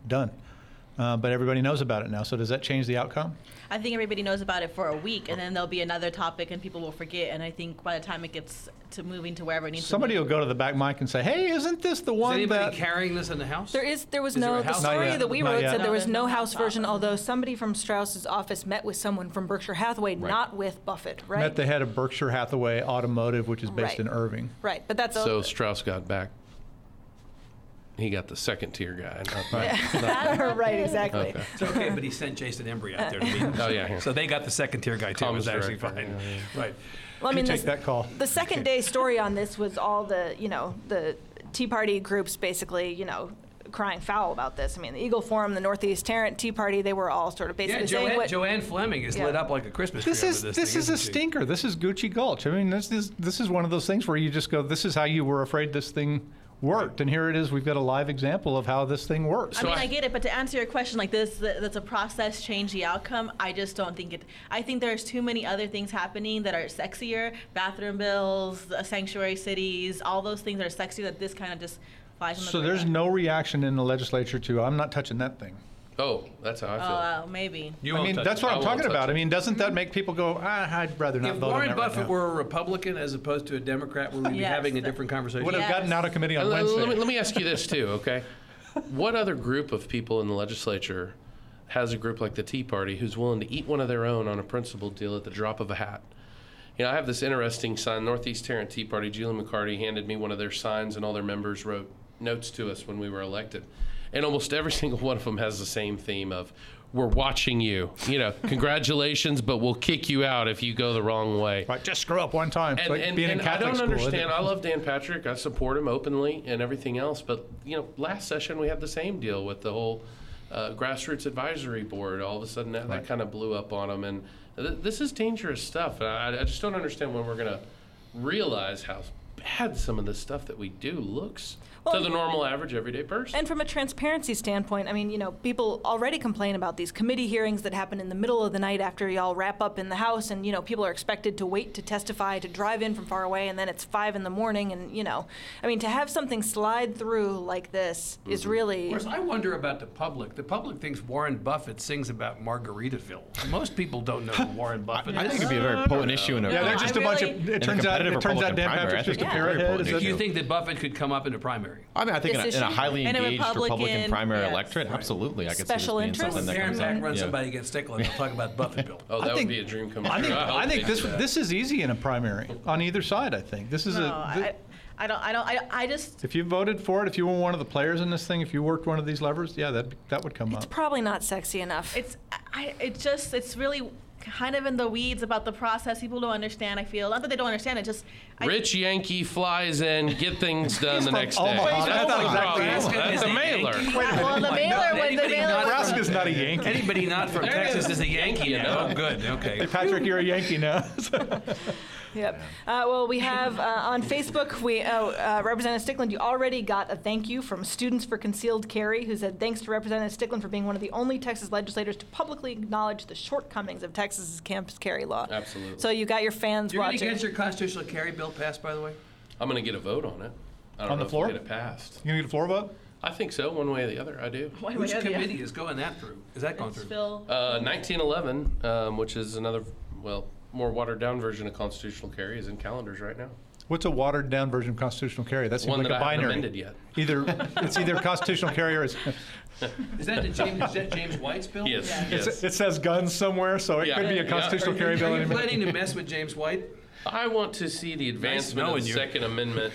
[SPEAKER 8] done. Uh, but everybody knows about it now. So does that change the outcome?
[SPEAKER 6] I think everybody knows about it for a week, and then there'll be another topic, and people will forget. And I think by the time it gets to moving to wherever it needs
[SPEAKER 8] Somebody
[SPEAKER 6] to
[SPEAKER 8] will go to the back mic and say, "Hey, isn't this the
[SPEAKER 7] Is
[SPEAKER 8] one that?"
[SPEAKER 7] anybody carrying this in the House?
[SPEAKER 4] There is, there was
[SPEAKER 7] Is there
[SPEAKER 4] no, the
[SPEAKER 7] a house
[SPEAKER 4] story
[SPEAKER 8] version?
[SPEAKER 4] that we
[SPEAKER 8] Not
[SPEAKER 4] wrote
[SPEAKER 8] yet.
[SPEAKER 4] said there
[SPEAKER 6] No,
[SPEAKER 4] was
[SPEAKER 6] there's
[SPEAKER 4] no
[SPEAKER 6] no
[SPEAKER 4] house
[SPEAKER 6] house
[SPEAKER 4] version,
[SPEAKER 6] version.
[SPEAKER 4] although somebody from Strauss's office met with someone from Berkshire Hathaway, not with Buffett, right?
[SPEAKER 8] Met the head of Berkshire Hathaway Automotive, which is based
[SPEAKER 4] Right.
[SPEAKER 8] in Irving.
[SPEAKER 4] Right, but that's,
[SPEAKER 5] So
[SPEAKER 4] a-
[SPEAKER 5] Strauss got back. he got the second tier guy. not my- not-
[SPEAKER 4] right, exactly.
[SPEAKER 5] Okay.
[SPEAKER 7] It's okay, but he sent Jason Embry out there to meet him.
[SPEAKER 5] Oh, yeah, yeah.
[SPEAKER 7] So they got the second tier guy too. It was
[SPEAKER 5] Comms
[SPEAKER 7] actually
[SPEAKER 5] director,
[SPEAKER 7] fine.
[SPEAKER 5] yeah,
[SPEAKER 7] Right.
[SPEAKER 4] Well, I mean,
[SPEAKER 8] take
[SPEAKER 4] this-
[SPEAKER 8] that call.
[SPEAKER 4] the second day story on this was all the you know the Tea Party groups basically you know crying foul about this. I mean, the Eagle Forum, the Northeast Tarrant Tea Party, they were all sort of
[SPEAKER 7] Yeah,
[SPEAKER 4] basically saying
[SPEAKER 7] Joanne,
[SPEAKER 4] what.
[SPEAKER 7] Joanne Fleming is
[SPEAKER 4] Yeah.
[SPEAKER 7] lit up like a Christmas
[SPEAKER 8] This
[SPEAKER 7] tree.
[SPEAKER 8] is
[SPEAKER 7] over
[SPEAKER 8] this,
[SPEAKER 7] this thing,
[SPEAKER 8] is a
[SPEAKER 7] isn't she?
[SPEAKER 8] stinker. This is Gucci Gulch. I mean, this is this is one of those things where you just go, "This is how you were afraid this thing worked," and here it is. We've got a live example of how this thing works.
[SPEAKER 6] I mean,
[SPEAKER 5] I-
[SPEAKER 6] I, get it, but to answer your question, like this, th- that's a process, change the outcome. I just don't think it. I think there's too many other things happening that are sexier. Bathroom bills, uh, sanctuary cities, all those things that are sexier that this kind of just flies on the.
[SPEAKER 8] So there's
[SPEAKER 6] radar.
[SPEAKER 8] no reaction in the legislature to, "I'm not touching that thing."
[SPEAKER 5] Oh, that's how I feel.
[SPEAKER 6] Oh, wow, maybe.
[SPEAKER 7] You
[SPEAKER 8] I
[SPEAKER 7] won't
[SPEAKER 8] mean,
[SPEAKER 7] touch
[SPEAKER 8] that's
[SPEAKER 7] it.
[SPEAKER 8] what
[SPEAKER 5] I
[SPEAKER 8] I'm
[SPEAKER 5] won't
[SPEAKER 8] talking
[SPEAKER 5] touch
[SPEAKER 8] about.
[SPEAKER 5] it.
[SPEAKER 8] I mean, doesn't
[SPEAKER 4] Mm-hmm.
[SPEAKER 8] that make people go, ah, "I'd rather not
[SPEAKER 7] If
[SPEAKER 8] vote on
[SPEAKER 7] Warren
[SPEAKER 8] that
[SPEAKER 7] Buffett
[SPEAKER 8] right now."
[SPEAKER 7] were a Republican as opposed to a Democrat, would we be
[SPEAKER 6] Yes.
[SPEAKER 7] having a different conversation?
[SPEAKER 8] would have
[SPEAKER 6] Yes.
[SPEAKER 8] gotten out of committee on
[SPEAKER 5] Let-
[SPEAKER 8] Wednesday.
[SPEAKER 5] Let me, let me ask you this too, okay? What other group of people in the legislature has a group like the Tea Party who's willing to eat one of their own on a principle deal at the drop of a hat? You know, I have this interesting sign, Northeast Tarrant Tea Party. Julie McCarty handed me one of their signs, and all their members wrote notes to us when we were elected. And almost every single one of them has the same theme of, "We're watching you." You know, congratulations, but we'll kick you out if you go the wrong way.
[SPEAKER 8] Right, just screw up one time. It's
[SPEAKER 5] And,
[SPEAKER 8] like
[SPEAKER 5] and-
[SPEAKER 8] being
[SPEAKER 5] and
[SPEAKER 8] in Catholic
[SPEAKER 5] I don't
[SPEAKER 8] school. isn't
[SPEAKER 5] understand.
[SPEAKER 8] it?
[SPEAKER 5] I love Dan Patrick. I support him openly and everything else. But you know, last session we had the same deal with the whole uh, grassroots advisory board. All of a sudden, that, that kind of blew up on him, and th- this is dangerous stuff. And I, I just don't understand when we're going to realize how bad some of the stuff that we do looks
[SPEAKER 4] Well,
[SPEAKER 5] to the normal average everyday person.
[SPEAKER 4] And from a transparency standpoint, I mean, you know, people already complain about these committee hearings that happen in the middle of the night after y'all wrap up in the house, and you know, people are expected to wait to testify, to drive in from far away, and then it's five in the morning, and you know, I mean, to have something slide through like this is really.
[SPEAKER 7] Whereas I wonder about the public. The public thinks Warren Buffett sings about Margaritaville. Most people don't know who Warren Buffett.
[SPEAKER 9] I
[SPEAKER 7] is.
[SPEAKER 9] think it'd be a very potent issue in a.
[SPEAKER 8] Yeah,
[SPEAKER 6] No,
[SPEAKER 8] they're just a
[SPEAKER 6] I
[SPEAKER 8] bunch of.
[SPEAKER 6] really-
[SPEAKER 8] It
[SPEAKER 9] In a
[SPEAKER 8] turns out.
[SPEAKER 9] competitive
[SPEAKER 8] It turns out
[SPEAKER 9] Republican
[SPEAKER 8] Dan
[SPEAKER 9] primary, I
[SPEAKER 8] Patrick's
[SPEAKER 9] think
[SPEAKER 8] just a
[SPEAKER 9] it's a very
[SPEAKER 8] parrot.
[SPEAKER 9] important
[SPEAKER 8] Is that-
[SPEAKER 7] Do you think that Buffett could come up in a primary?
[SPEAKER 9] I mean, I think in a,
[SPEAKER 4] This
[SPEAKER 9] in a
[SPEAKER 4] issue?
[SPEAKER 9] highly
[SPEAKER 6] And a
[SPEAKER 9] engaged Republican,
[SPEAKER 6] Republican,
[SPEAKER 9] primary
[SPEAKER 6] yes.
[SPEAKER 9] electorate, absolutely, I could
[SPEAKER 4] Special
[SPEAKER 9] see this being
[SPEAKER 4] interest?
[SPEAKER 9] something that
[SPEAKER 7] Parents
[SPEAKER 9] comes
[SPEAKER 7] Act
[SPEAKER 9] in.
[SPEAKER 7] run
[SPEAKER 9] Yeah.
[SPEAKER 7] somebody against Stickler. They'll talk about Buffett Bill.
[SPEAKER 5] oh,
[SPEAKER 8] I
[SPEAKER 5] that
[SPEAKER 8] think-
[SPEAKER 5] would be a dream come true.
[SPEAKER 8] I think,
[SPEAKER 5] hope
[SPEAKER 8] I think
[SPEAKER 5] they
[SPEAKER 8] this
[SPEAKER 5] do that.
[SPEAKER 8] this is easy in a primary on either side. I think this is
[SPEAKER 6] No,
[SPEAKER 8] a.
[SPEAKER 6] I, I don't. I don't. I, I just.
[SPEAKER 8] if you voted for it, if you were one of the players in this thing, if you worked one of these levers, yeah, that that would come
[SPEAKER 4] It's
[SPEAKER 8] up.
[SPEAKER 4] probably not sexy enough.
[SPEAKER 6] It's. I. It just. It's really kind of in the weeds about the process. People don't understand. I feel not that they don't understand. It just. I,
[SPEAKER 5] Rich Yankee flies in, get things done the next day.
[SPEAKER 8] Omaha.
[SPEAKER 5] That's,
[SPEAKER 8] That's
[SPEAKER 5] the
[SPEAKER 8] not
[SPEAKER 5] problem.
[SPEAKER 8] exactly-
[SPEAKER 5] Oh, That's
[SPEAKER 7] Is
[SPEAKER 5] a
[SPEAKER 7] he
[SPEAKER 5] mailer.
[SPEAKER 7] Yankee?
[SPEAKER 6] well, the
[SPEAKER 7] Like,
[SPEAKER 6] mailer.
[SPEAKER 7] no,
[SPEAKER 6] when the
[SPEAKER 7] anybody
[SPEAKER 6] mailer.
[SPEAKER 7] not
[SPEAKER 8] Nebraska's not a Yankee.
[SPEAKER 7] Anybody not from
[SPEAKER 5] it
[SPEAKER 7] Texas
[SPEAKER 5] is.
[SPEAKER 7] is a Yankee
[SPEAKER 5] You
[SPEAKER 7] now.
[SPEAKER 5] know.
[SPEAKER 7] Oh, good. Okay.
[SPEAKER 8] Patrick, you're a Yankee now.
[SPEAKER 4] Yep. Uh, well, we have uh, on Facebook, we oh, uh, Representative Stickland, you already got a thank you from Students for Concealed Carry, who said, Thanks to Representative Stickland for being one of the only Texas legislators to publicly acknowledge the shortcomings of Texas's campus carry law.
[SPEAKER 5] Absolutely.
[SPEAKER 4] So you got your fans
[SPEAKER 7] You're going to
[SPEAKER 4] watching.
[SPEAKER 7] get your constitutional carry bill passed, by the way?
[SPEAKER 5] I'm going to get a vote on it. I don't know
[SPEAKER 8] On the
[SPEAKER 5] if
[SPEAKER 8] floor?
[SPEAKER 5] we'll get it passed.
[SPEAKER 8] You gonna get a floor vote?
[SPEAKER 5] I think so, one way or the other. I do.
[SPEAKER 6] Why do I
[SPEAKER 7] Which
[SPEAKER 6] have you?
[SPEAKER 7] committee is going that through? Is that going
[SPEAKER 6] It's
[SPEAKER 7] through?
[SPEAKER 6] Phil.
[SPEAKER 5] Uh, 1911, um, which is another, well, more watered down version of constitutional carry, is in calendars right now.
[SPEAKER 8] What's a watered down version of constitutional carry? That seems
[SPEAKER 5] One
[SPEAKER 8] like
[SPEAKER 5] that
[SPEAKER 8] a
[SPEAKER 5] I haven't
[SPEAKER 8] binary.
[SPEAKER 5] amended yet.
[SPEAKER 8] Either it's either constitutional carry or it's,
[SPEAKER 7] Is that the James, is that James White's bill?
[SPEAKER 5] Yes.
[SPEAKER 8] it's-
[SPEAKER 5] yes.
[SPEAKER 8] it says guns somewhere, so it
[SPEAKER 5] Yeah.
[SPEAKER 8] could be a
[SPEAKER 5] Yeah.
[SPEAKER 8] constitutional
[SPEAKER 7] Are you,
[SPEAKER 8] carry bill.
[SPEAKER 7] are you
[SPEAKER 8] any minute.
[SPEAKER 7] planning to mess with James White?
[SPEAKER 5] I want to see the advancement of
[SPEAKER 7] knowing
[SPEAKER 5] the
[SPEAKER 7] you.
[SPEAKER 5] Second Amendment.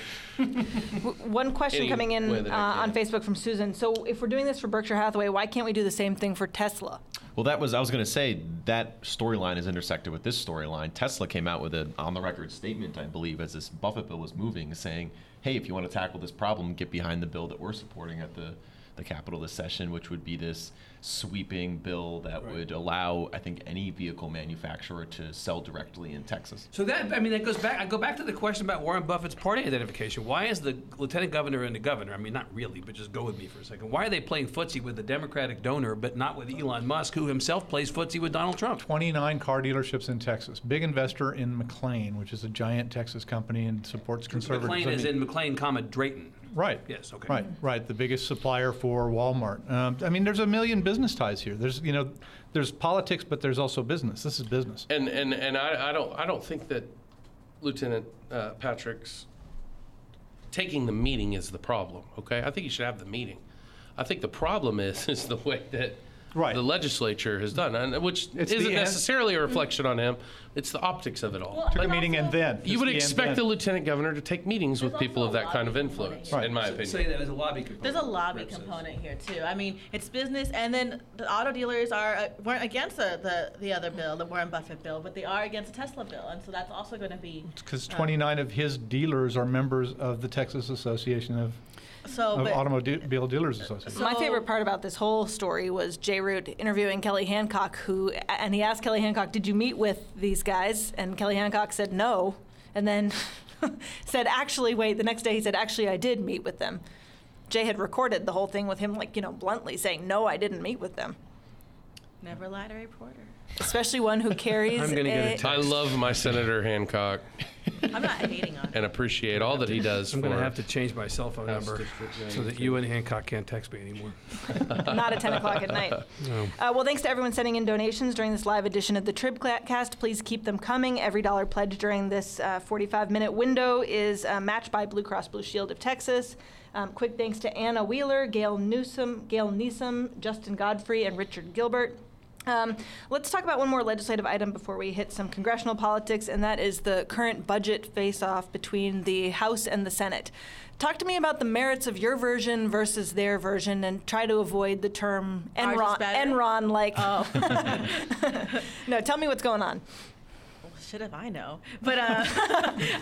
[SPEAKER 4] One question
[SPEAKER 5] Any
[SPEAKER 4] coming in
[SPEAKER 5] way that
[SPEAKER 4] uh,
[SPEAKER 5] I
[SPEAKER 4] on
[SPEAKER 5] can.
[SPEAKER 4] Facebook from Susan. So if we're doing this for Berkshire Hathaway, why can't we do the same thing for Tesla?
[SPEAKER 9] Well, that was I was going to say that storyline is intersected with this storyline. Tesla came out with an on-the-record statement, I believe, as this Buffett bill was moving, saying, "Hey, if you want to tackle this problem, get behind the bill that we're supporting at the the Capitol this session, which would be this sweeping bill that would allow, I think, any vehicle manufacturer to sell directly in Texas."
[SPEAKER 7] So that I mean that goes back. I go back to the question about Warren Buffett's party identification. Why is the lieutenant governor and the governor? I mean, not really, but just go with me for a second. Why are they playing footsie with the Democratic donor, but not with Elon Musk, who himself plays footsie with Donald Trump?
[SPEAKER 8] 29 car dealerships in Texas. Big investor in McLean, which is a giant Texas company and supports conservatives.
[SPEAKER 7] McLean
[SPEAKER 8] I
[SPEAKER 7] is
[SPEAKER 8] mean-
[SPEAKER 7] in McLean, comma Drayton.
[SPEAKER 8] Right.
[SPEAKER 7] Yes, okay.
[SPEAKER 8] Right, right. The biggest supplier for Walmart. Um, I mean, there's a million business ties here. There's, you know, there's politics, but there's also business. This is business.
[SPEAKER 5] And and and I, I don't I don't think that Lieutenant uh, Patrick's taking the meeting is the problem. Okay, I think you should have the meeting. I think the problem is is the way that
[SPEAKER 8] Right.
[SPEAKER 5] the legislature has done, and which
[SPEAKER 8] It's
[SPEAKER 5] isn't
[SPEAKER 8] the-
[SPEAKER 5] necessarily a reflection on him, It's the optics of it all.
[SPEAKER 6] Well,
[SPEAKER 8] Took a
[SPEAKER 6] and
[SPEAKER 8] meeting and
[SPEAKER 6] also-
[SPEAKER 8] then.
[SPEAKER 5] you would
[SPEAKER 8] It's the
[SPEAKER 5] expect
[SPEAKER 8] and
[SPEAKER 5] the
[SPEAKER 8] then.
[SPEAKER 5] lieutenant governor to take meetings with
[SPEAKER 6] There's
[SPEAKER 5] people
[SPEAKER 6] also
[SPEAKER 5] of
[SPEAKER 6] a
[SPEAKER 5] that kind of
[SPEAKER 6] lobbying component
[SPEAKER 5] influence,
[SPEAKER 6] here.
[SPEAKER 5] in my
[SPEAKER 7] Say
[SPEAKER 5] opinion.
[SPEAKER 7] that as a lobby component.
[SPEAKER 6] There's a lobby
[SPEAKER 7] Rep says.
[SPEAKER 6] component here too. I mean, it's business, and then the auto dealers are uh, weren't against the, the the other bill, the Warren Buffett bill, but they are against the Tesla bill, and so that's also going to be
[SPEAKER 8] Because 29 of his dealers are members of the Texas Association of,
[SPEAKER 6] so.
[SPEAKER 8] of
[SPEAKER 6] Oh, but,
[SPEAKER 8] Automobile Dealers Association.
[SPEAKER 4] My
[SPEAKER 6] So-
[SPEAKER 4] favorite part about this whole story was Jay Root interviewing Kelly Hancock, who, and he asked Kelly Hancock, "Did you meet with these guys?" And Kelly Hancock said no, and then said, "Actually, wait." The next day, he said, "Actually, I did meet with them." Jay had recorded the whole thing with him, like you know, bluntly saying, "No, I didn't meet with them."
[SPEAKER 6] never lie to a reporter.
[SPEAKER 4] Especially one who carries.
[SPEAKER 7] I'm gonna get a
[SPEAKER 4] a-
[SPEAKER 7] text.
[SPEAKER 5] I love my Senator Hancock
[SPEAKER 6] I'm not hating on. it.
[SPEAKER 5] and appreciate all that he does
[SPEAKER 7] I'm
[SPEAKER 5] for
[SPEAKER 7] going to have to change my cell phone number
[SPEAKER 9] district
[SPEAKER 7] so that you and Hancock can't text me anymore.
[SPEAKER 4] not at 10 o'clock at night. Uh, well, thanks to everyone sending in donations during this live edition of the Tribcast. Please keep them coming. Every dollar pledged during this 45 minute window is uh, matched by Blue Cross Blue Shield of Texas. Um, quick thanks to Anna Wheeler, Gail Newsom, Gail Neeson, Justin Godfrey, and Richard Gilbert. Um, let's talk about one more legislative item before we hit some congressional politics, and that is the current budget face off between the House and the Senate. Talk to me about the merits of your version versus their version and try to avoid the term
[SPEAKER 6] Ours is
[SPEAKER 4] Enron,
[SPEAKER 6] better?
[SPEAKER 4] Enron like.
[SPEAKER 6] Oh.
[SPEAKER 4] no, tell me what's going on.
[SPEAKER 6] Should have I know, but uh,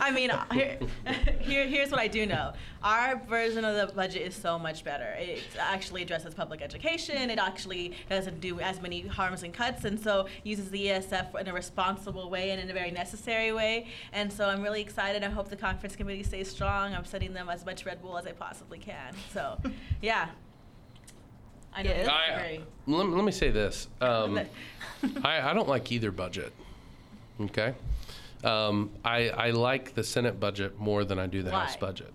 [SPEAKER 6] I mean, here, here, here's what I do know. Our version of the budget is so much better. It actually addresses public education. It actually doesn't do as many harms and cuts, and so uses the ESF in a responsible way and in a very necessary way. And so I'm really excited. I hope the conference committee stays strong. I'm sending them as much Red Bull as I possibly can. So, yeah, I know.
[SPEAKER 4] Yes.
[SPEAKER 6] that's
[SPEAKER 5] I, um,
[SPEAKER 6] very-
[SPEAKER 5] let, me- let me say this. Um, I, I don't like either budget. Okay. Um, I, I like the Senate budget more than I do the House
[SPEAKER 6] Why?
[SPEAKER 5] budget.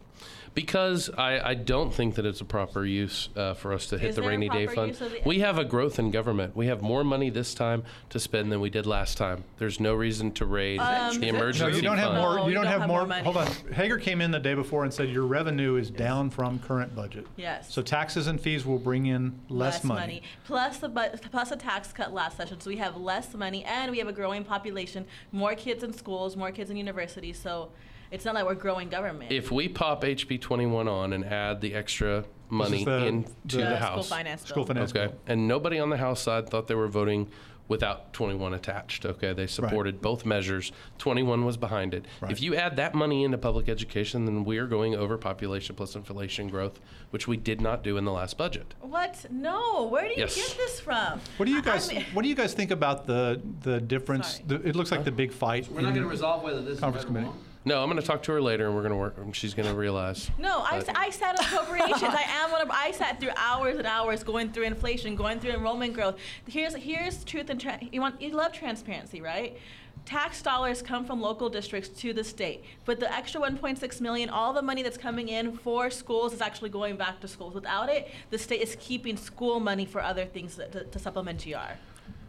[SPEAKER 5] Because I, I don't think that it's a proper use uh, for us to hit
[SPEAKER 6] Is
[SPEAKER 5] the
[SPEAKER 6] there a
[SPEAKER 5] rainy day
[SPEAKER 6] proper
[SPEAKER 5] fund.
[SPEAKER 6] use of the-
[SPEAKER 5] we have a growth in government. We have more money this time to spend than we did last time. There's no reason to raid
[SPEAKER 6] Um,
[SPEAKER 5] the emergency
[SPEAKER 8] No, you don't have
[SPEAKER 5] fund.
[SPEAKER 8] more,
[SPEAKER 6] No,
[SPEAKER 8] you don't have more,
[SPEAKER 6] money.
[SPEAKER 8] hold on. Hager came in the day before and said your revenue is down from current budget.
[SPEAKER 6] Yes.
[SPEAKER 8] So taxes and fees will bring in less money.
[SPEAKER 6] Plus the bu- plus the tax cut last session, so we have less money, and we have a growing population, more kids in schools, more kids in universities. So it's not like we're growing government.
[SPEAKER 5] If we pop HB 21 on and add the extra money
[SPEAKER 8] the-
[SPEAKER 5] into the,
[SPEAKER 8] the-
[SPEAKER 6] the school
[SPEAKER 5] House,
[SPEAKER 6] finance bill.
[SPEAKER 8] School finance.
[SPEAKER 5] Okay.
[SPEAKER 8] bill.
[SPEAKER 5] And nobody on the House side thought they were voting without 21 attached. Okay. They supported both measures. 21 was behind it.
[SPEAKER 8] Right.
[SPEAKER 5] If you add that money into public education, then we are going over population plus inflation growth, which we did not do in the last budget.
[SPEAKER 6] What? No. Where do you
[SPEAKER 5] Yes.
[SPEAKER 6] get this from?
[SPEAKER 8] What do
[SPEAKER 6] I- I
[SPEAKER 8] you guys,
[SPEAKER 6] mean-
[SPEAKER 8] what do you guys think about the, the difference?
[SPEAKER 6] Sorry.
[SPEAKER 8] the- It looks like the big fight.
[SPEAKER 7] We're not going
[SPEAKER 8] in-
[SPEAKER 7] to resolve whether this is right or
[SPEAKER 8] Conference committee.
[SPEAKER 7] wrong.
[SPEAKER 5] No, I'm going to talk to her later and we're going to work. and She's going to realize.
[SPEAKER 6] No, I,
[SPEAKER 5] But-
[SPEAKER 6] s- I sat appropriations. I am one of. I sat through hours and hours going through inflation, going through enrollment growth. Here's here's truth and tra- you want you love transparency, right? Tax dollars come from local districts to the state, but the extra 1.6 million, all the money that's coming in for schools is actually going back to schools. Without it, the state is keeping school money for other things that- to, to supplement GR.